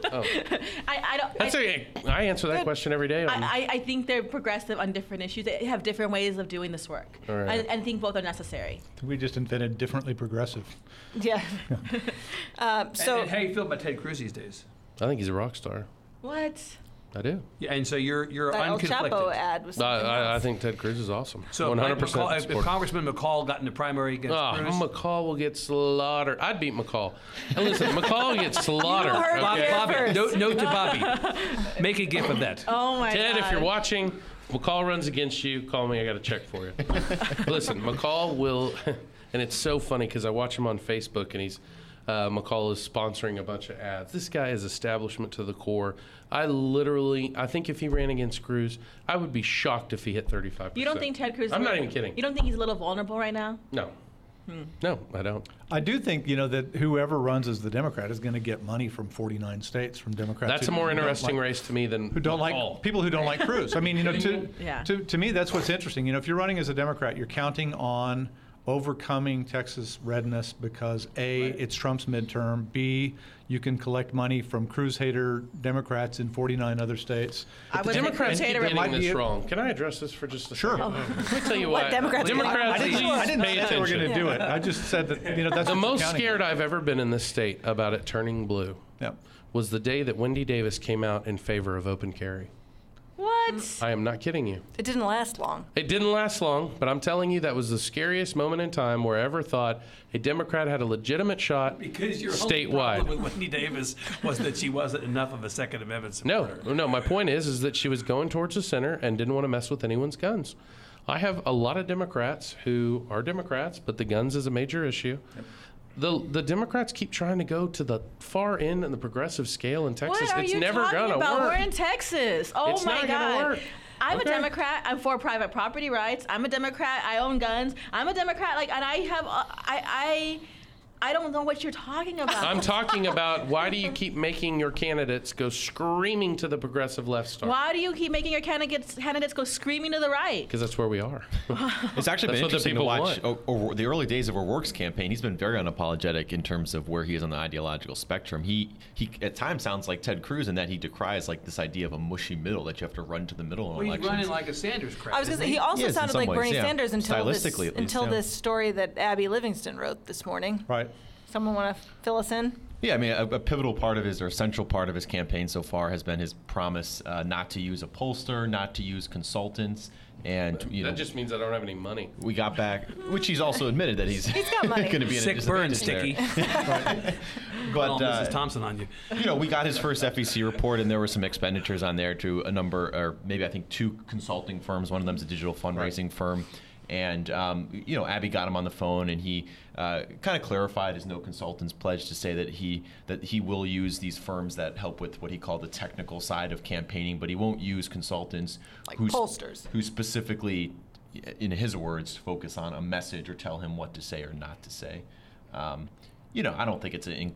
[SPEAKER 6] I, I don't.
[SPEAKER 5] that's
[SPEAKER 6] I,
[SPEAKER 5] a, I answer that question every day. On,
[SPEAKER 6] I, I- I think they're progressive on different issues. They have different ways of doing this work.
[SPEAKER 5] All right.
[SPEAKER 6] I, I think both are necessary.
[SPEAKER 8] We just invented differently progressive.
[SPEAKER 4] Yeah. um,
[SPEAKER 7] And-
[SPEAKER 4] so
[SPEAKER 7] and how you feel about Ted Cruz these days?
[SPEAKER 5] I think he's a rock star.
[SPEAKER 6] What?
[SPEAKER 5] I do.
[SPEAKER 7] Yeah, and so you're you're
[SPEAKER 4] that El Chapo
[SPEAKER 7] unconflicted.
[SPEAKER 4] ad was
[SPEAKER 5] I,
[SPEAKER 4] something
[SPEAKER 5] I, I
[SPEAKER 4] else.
[SPEAKER 5] think Ted Cruz is awesome.
[SPEAKER 7] So
[SPEAKER 5] 100%
[SPEAKER 7] if, McCall, if- if
[SPEAKER 5] support.
[SPEAKER 7] Congressman McCall got in the primary against
[SPEAKER 5] Oh,
[SPEAKER 7] Cruz,
[SPEAKER 5] McCall will get slaughtered. I'd beat McCall. And listen, McCall gets slaughtered.
[SPEAKER 4] heard it
[SPEAKER 5] okay?
[SPEAKER 7] Bob,
[SPEAKER 4] here
[SPEAKER 7] Bobby,
[SPEAKER 4] first.
[SPEAKER 7] note, note to Bobby, make a gif of that.
[SPEAKER 6] Oh my
[SPEAKER 5] Ted,
[SPEAKER 6] god.
[SPEAKER 5] if you're watching, McCall runs against you. Call me. I got a check for you. Listen, McCall will, and it's so funny because I watch him on Facebook, and he's uh, McCall is sponsoring a bunch of ads. This guy is establishment to the core. I literally, I think if he ran against Cruz, I would be shocked if he hit 35.
[SPEAKER 6] You don't think Ted Cruz? is
[SPEAKER 5] I'm
[SPEAKER 6] a
[SPEAKER 5] not
[SPEAKER 6] little-
[SPEAKER 5] even kidding.
[SPEAKER 6] You don't think he's a little vulnerable right now?
[SPEAKER 5] No. No, I don't.
[SPEAKER 8] I do think you know that whoever runs as the Democrat is going to get money from 49 states from Democrats.
[SPEAKER 5] That's a
[SPEAKER 8] who
[SPEAKER 5] more
[SPEAKER 8] don't
[SPEAKER 5] interesting
[SPEAKER 8] like-
[SPEAKER 5] race to me than
[SPEAKER 8] Who don't like
[SPEAKER 5] all.
[SPEAKER 8] people who don't like Cruz. I mean, you know, to,
[SPEAKER 6] Yeah.
[SPEAKER 8] to to me that's what's interesting. You know, if you're running as a Democrat, you're counting on overcoming Texas redness because a it's Trump's midterm, b you can collect money from Cruz hater Democrats in 49 other states.
[SPEAKER 6] I would say
[SPEAKER 5] Democrats keep
[SPEAKER 6] potato
[SPEAKER 8] There might
[SPEAKER 5] getting
[SPEAKER 8] be
[SPEAKER 5] this
[SPEAKER 8] a-
[SPEAKER 5] wrong. Can I address this for just a
[SPEAKER 8] Sure.
[SPEAKER 5] second? Let me tell you
[SPEAKER 4] What
[SPEAKER 5] why.
[SPEAKER 4] Democrats do.
[SPEAKER 8] I
[SPEAKER 5] Democrats,
[SPEAKER 8] didn't,
[SPEAKER 5] please
[SPEAKER 8] I didn't
[SPEAKER 5] pay
[SPEAKER 8] say they were
[SPEAKER 5] attention.
[SPEAKER 8] going to do it. I just said that you know that's
[SPEAKER 5] The
[SPEAKER 8] what you're
[SPEAKER 5] most
[SPEAKER 8] counting
[SPEAKER 5] scared
[SPEAKER 8] on.
[SPEAKER 5] I've ever been in this state about it turning blue
[SPEAKER 8] Yeah.
[SPEAKER 5] was the day that Wendy Davis came out in favor of open carry.
[SPEAKER 4] What?
[SPEAKER 5] I am not kidding you.
[SPEAKER 4] Mm, It didn't last long.
[SPEAKER 5] It didn't last long, but I'm telling you, that was the scariest moment in time where I ever thought a Democrat had a legitimate shot
[SPEAKER 7] Because your only problem
[SPEAKER 5] statewide.
[SPEAKER 7] with Wendy Davis was that she wasn't enough of a Second Amendment
[SPEAKER 5] No,
[SPEAKER 7] supporter.
[SPEAKER 5] no. My point is, is that she was going towards the center and didn't want to mess with anyone's guns. I have a lot of Democrats who are Democrats, but the guns is a major issue. The, the Democrats keep trying to go to the far end and the progressive scale in Texas.
[SPEAKER 6] What are
[SPEAKER 5] it's
[SPEAKER 6] you
[SPEAKER 5] never
[SPEAKER 6] talking
[SPEAKER 5] gonna
[SPEAKER 6] about?
[SPEAKER 5] work.
[SPEAKER 6] We're in Texas. Oh
[SPEAKER 5] It's
[SPEAKER 6] my
[SPEAKER 5] not gonna
[SPEAKER 6] god.
[SPEAKER 5] work.
[SPEAKER 6] I'm
[SPEAKER 5] Okay.
[SPEAKER 6] a Democrat. I'm for private property rights. I'm a Democrat. I own guns. I'm a Democrat. Like, and I have, uh, I, I, I don't know what you're talking about.
[SPEAKER 5] I'm talking about why do you keep making your candidates go screaming to the progressive left star?
[SPEAKER 6] Why do you keep making your candidates candidates go screaming to the right?
[SPEAKER 5] Because that's where we are.
[SPEAKER 9] It's actually been
[SPEAKER 5] That's what the
[SPEAKER 9] interesting to
[SPEAKER 5] people
[SPEAKER 9] watch o- over the early days of O'Rourke's campaign. He's been very unapologetic in terms of where he is on the ideological spectrum. He he at times sounds like Ted Cruz in that he decries like this idea of a mushy middle that you have to run to the middle in
[SPEAKER 7] Well, he's
[SPEAKER 9] elections.
[SPEAKER 7] running like a Sanders crowd.
[SPEAKER 4] I was going to say, he also
[SPEAKER 9] Yes, in
[SPEAKER 4] sounded
[SPEAKER 9] some
[SPEAKER 4] like
[SPEAKER 9] ways,
[SPEAKER 4] Bernie
[SPEAKER 9] yeah.
[SPEAKER 4] Sanders until, this,
[SPEAKER 9] Stylistically, at least,
[SPEAKER 4] until
[SPEAKER 9] yeah.
[SPEAKER 4] this story that Abby Livingston wrote this morning.
[SPEAKER 8] Right.
[SPEAKER 4] Someone want to fill us in?
[SPEAKER 9] Yeah, I mean, a, a pivotal part of his or a central part of his campaign so far has been his promise uh, not to use a pollster, not to use consultants, and you know
[SPEAKER 5] that just means I don't have any money.
[SPEAKER 9] we got back, which he's also admitted that he's,
[SPEAKER 4] got money.
[SPEAKER 9] going to be in a
[SPEAKER 7] Sick burn,
[SPEAKER 9] disadvantage there.
[SPEAKER 7] Sticky.
[SPEAKER 9] But
[SPEAKER 7] Call
[SPEAKER 9] uh,
[SPEAKER 7] Mrs. Thompson on you.
[SPEAKER 9] you know, we got his first FEC report, and there were some expenditures on there to a number, or maybe I think two consulting firms. One of them's a digital fundraising firm. And um, you know, Abby got him on the phone, and he uh, kind of clarified his no consultants pledge to say that he that he will use these firms that help with what he called the technical side of campaigning, but he won't use consultants
[SPEAKER 4] Like
[SPEAKER 9] who's-
[SPEAKER 4] pollsters.
[SPEAKER 9] who specifically, in his words, focus on a message or tell him what to say or not to say. Um, you know, I don't think it's a you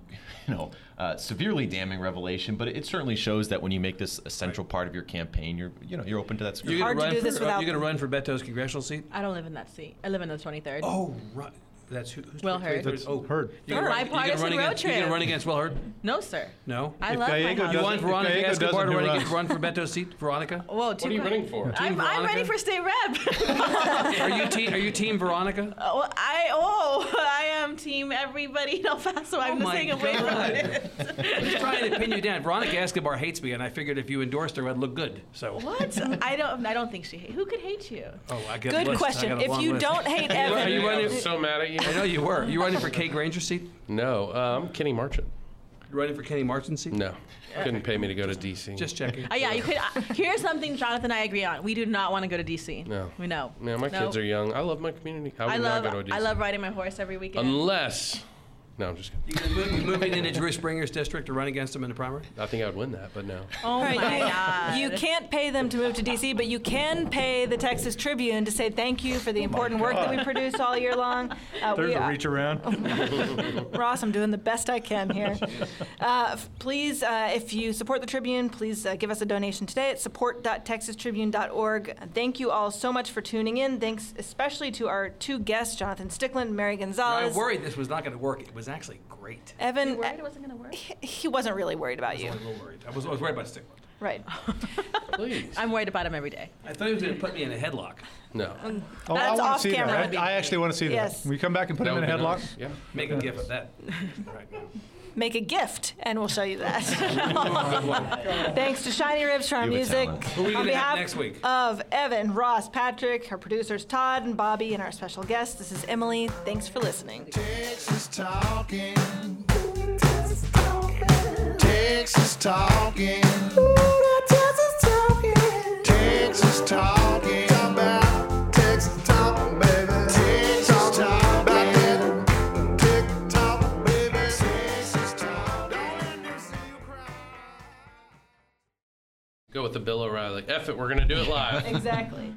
[SPEAKER 9] know uh, severely damning revelation, but it certainly shows that when you make this a central part of your campaign, you're you know you're open to that.
[SPEAKER 7] You're
[SPEAKER 9] scrutiny.
[SPEAKER 7] gonna
[SPEAKER 4] hard to
[SPEAKER 7] run
[SPEAKER 4] do
[SPEAKER 7] for-
[SPEAKER 4] this without-
[SPEAKER 7] You're going to run for Beto's congressional seat?
[SPEAKER 6] I don't live in that seat. I live in the 23rd.
[SPEAKER 7] Oh, right. That's who, who's
[SPEAKER 6] Will Hurd.
[SPEAKER 7] That's, oh,
[SPEAKER 8] Hurd.
[SPEAKER 7] You're gonna
[SPEAKER 6] Third.
[SPEAKER 7] run- you're gonna
[SPEAKER 6] Bipartisan
[SPEAKER 7] run
[SPEAKER 6] road
[SPEAKER 7] against- You're going
[SPEAKER 6] trip.
[SPEAKER 7] to run against Will Hurd?
[SPEAKER 6] No, sir.
[SPEAKER 7] No.
[SPEAKER 6] I
[SPEAKER 8] If
[SPEAKER 6] love
[SPEAKER 8] Gallego
[SPEAKER 6] my
[SPEAKER 8] doesn't-
[SPEAKER 7] you
[SPEAKER 6] house.
[SPEAKER 7] want
[SPEAKER 8] if
[SPEAKER 7] Veronica
[SPEAKER 8] Gallego doesn't
[SPEAKER 7] Escobar to
[SPEAKER 8] do
[SPEAKER 7] run,
[SPEAKER 8] it.
[SPEAKER 7] against, run for Beto's seat? Veronica?
[SPEAKER 6] Whoa,
[SPEAKER 5] What are you running for?
[SPEAKER 6] I'm, I'm ready
[SPEAKER 7] Veronica?
[SPEAKER 6] for state rep.
[SPEAKER 7] Are you, te- are you Team Veronica?
[SPEAKER 6] Oh, I oh I am team everybody in El Paso.
[SPEAKER 5] Oh
[SPEAKER 6] I'm
[SPEAKER 7] my
[SPEAKER 6] just staying away from
[SPEAKER 7] God.
[SPEAKER 6] it.
[SPEAKER 7] Just trying to pin you down. Veronica Escobar hates me, and I figured if you endorsed her, I'd look good. So.
[SPEAKER 6] What? I don't I don't think she hate. Who could hate you?
[SPEAKER 7] Oh, I get a
[SPEAKER 4] Good
[SPEAKER 7] list. I
[SPEAKER 4] question.
[SPEAKER 7] got a
[SPEAKER 4] If
[SPEAKER 7] long
[SPEAKER 4] you
[SPEAKER 7] list.
[SPEAKER 4] don't hate
[SPEAKER 7] Are
[SPEAKER 4] Evan,
[SPEAKER 7] you running-
[SPEAKER 5] I'm so mad at you.
[SPEAKER 7] I know you were. You running for Kay Granger's seat?
[SPEAKER 5] No, uh, I'm Kenny Marchant.
[SPEAKER 7] You running for Kenny Martin's seat?
[SPEAKER 5] No, couldn't pay me to go to DC.
[SPEAKER 7] Just checking.
[SPEAKER 6] Uh, yeah, you could. Uh, here's something Jonathan and I agree on. We do not want to go to DC.
[SPEAKER 5] No.
[SPEAKER 6] We know.
[SPEAKER 5] yeah, my
[SPEAKER 6] No.
[SPEAKER 5] kids are young. I love my community. I would
[SPEAKER 6] I love
[SPEAKER 5] not go to a DC.
[SPEAKER 6] I love riding my horse every weekend.
[SPEAKER 5] Unless, no, I'm just kidding.
[SPEAKER 7] You gonna move- you moving into Drew Springer's district to run against him in the primary?
[SPEAKER 5] I think I would win that, but no.
[SPEAKER 6] oh
[SPEAKER 4] Right,
[SPEAKER 6] my
[SPEAKER 4] you-
[SPEAKER 6] god.
[SPEAKER 4] You can't pay them to move to DC, but you can pay the Texas Tribune to say thank you for the important work that we produce all year long. Uh,
[SPEAKER 8] There's
[SPEAKER 4] we
[SPEAKER 8] a
[SPEAKER 4] are-
[SPEAKER 8] reach around.
[SPEAKER 4] Ross, I'm doing the best I can here. Uh, f- please, uh, if you support the Tribune, please uh, give us a donation today at support.texastribune.org. Thank you all so much for tuning in. Thanks especially to our two guests, Jonathan Stickland, Mary
[SPEAKER 7] I
[SPEAKER 4] Gonzalez.
[SPEAKER 7] worried this was not going to work. It was actually great.
[SPEAKER 4] Evan,
[SPEAKER 6] You worried it wasn't gonna work.
[SPEAKER 4] he- he wasn't really worried about
[SPEAKER 7] I
[SPEAKER 4] you.
[SPEAKER 7] was a little worried. I was, I was worried about Stickler.
[SPEAKER 4] Right.
[SPEAKER 5] Please.
[SPEAKER 6] I'm worried about him every day.
[SPEAKER 7] I thought he was going to put me in a headlock.
[SPEAKER 5] no.
[SPEAKER 6] Um,
[SPEAKER 8] Oh, I
[SPEAKER 4] That's
[SPEAKER 8] wanna
[SPEAKER 4] off
[SPEAKER 8] see
[SPEAKER 4] camera.
[SPEAKER 8] That. I, I actually want to see
[SPEAKER 4] Yes.
[SPEAKER 8] that. We come back and put
[SPEAKER 5] That
[SPEAKER 8] him in
[SPEAKER 5] would
[SPEAKER 8] a
[SPEAKER 5] be
[SPEAKER 8] headlock.
[SPEAKER 5] nice. Yeah.
[SPEAKER 7] Make a gif of that. Right now.
[SPEAKER 4] Make a gift, and we'll show you that. Thanks to Shiny Ribs for our
[SPEAKER 9] You have a
[SPEAKER 4] music.
[SPEAKER 9] talent.
[SPEAKER 7] Who are we
[SPEAKER 4] On
[SPEAKER 7] going to have
[SPEAKER 4] behalf
[SPEAKER 7] next week?
[SPEAKER 4] of Evan, Ross, Patrick, our producers Todd and Bobby, and our special guest, this is Emily. Thanks for listening.
[SPEAKER 2] Texas talking. Texas talking. Texas talking. Talk about Texas talking, baby. Texas talking. Tick tock, baby. Texas talking. Don't let me see you cry.
[SPEAKER 5] Go with the Bill O'Reilly. F it, we're going to do it live.
[SPEAKER 4] Exactly.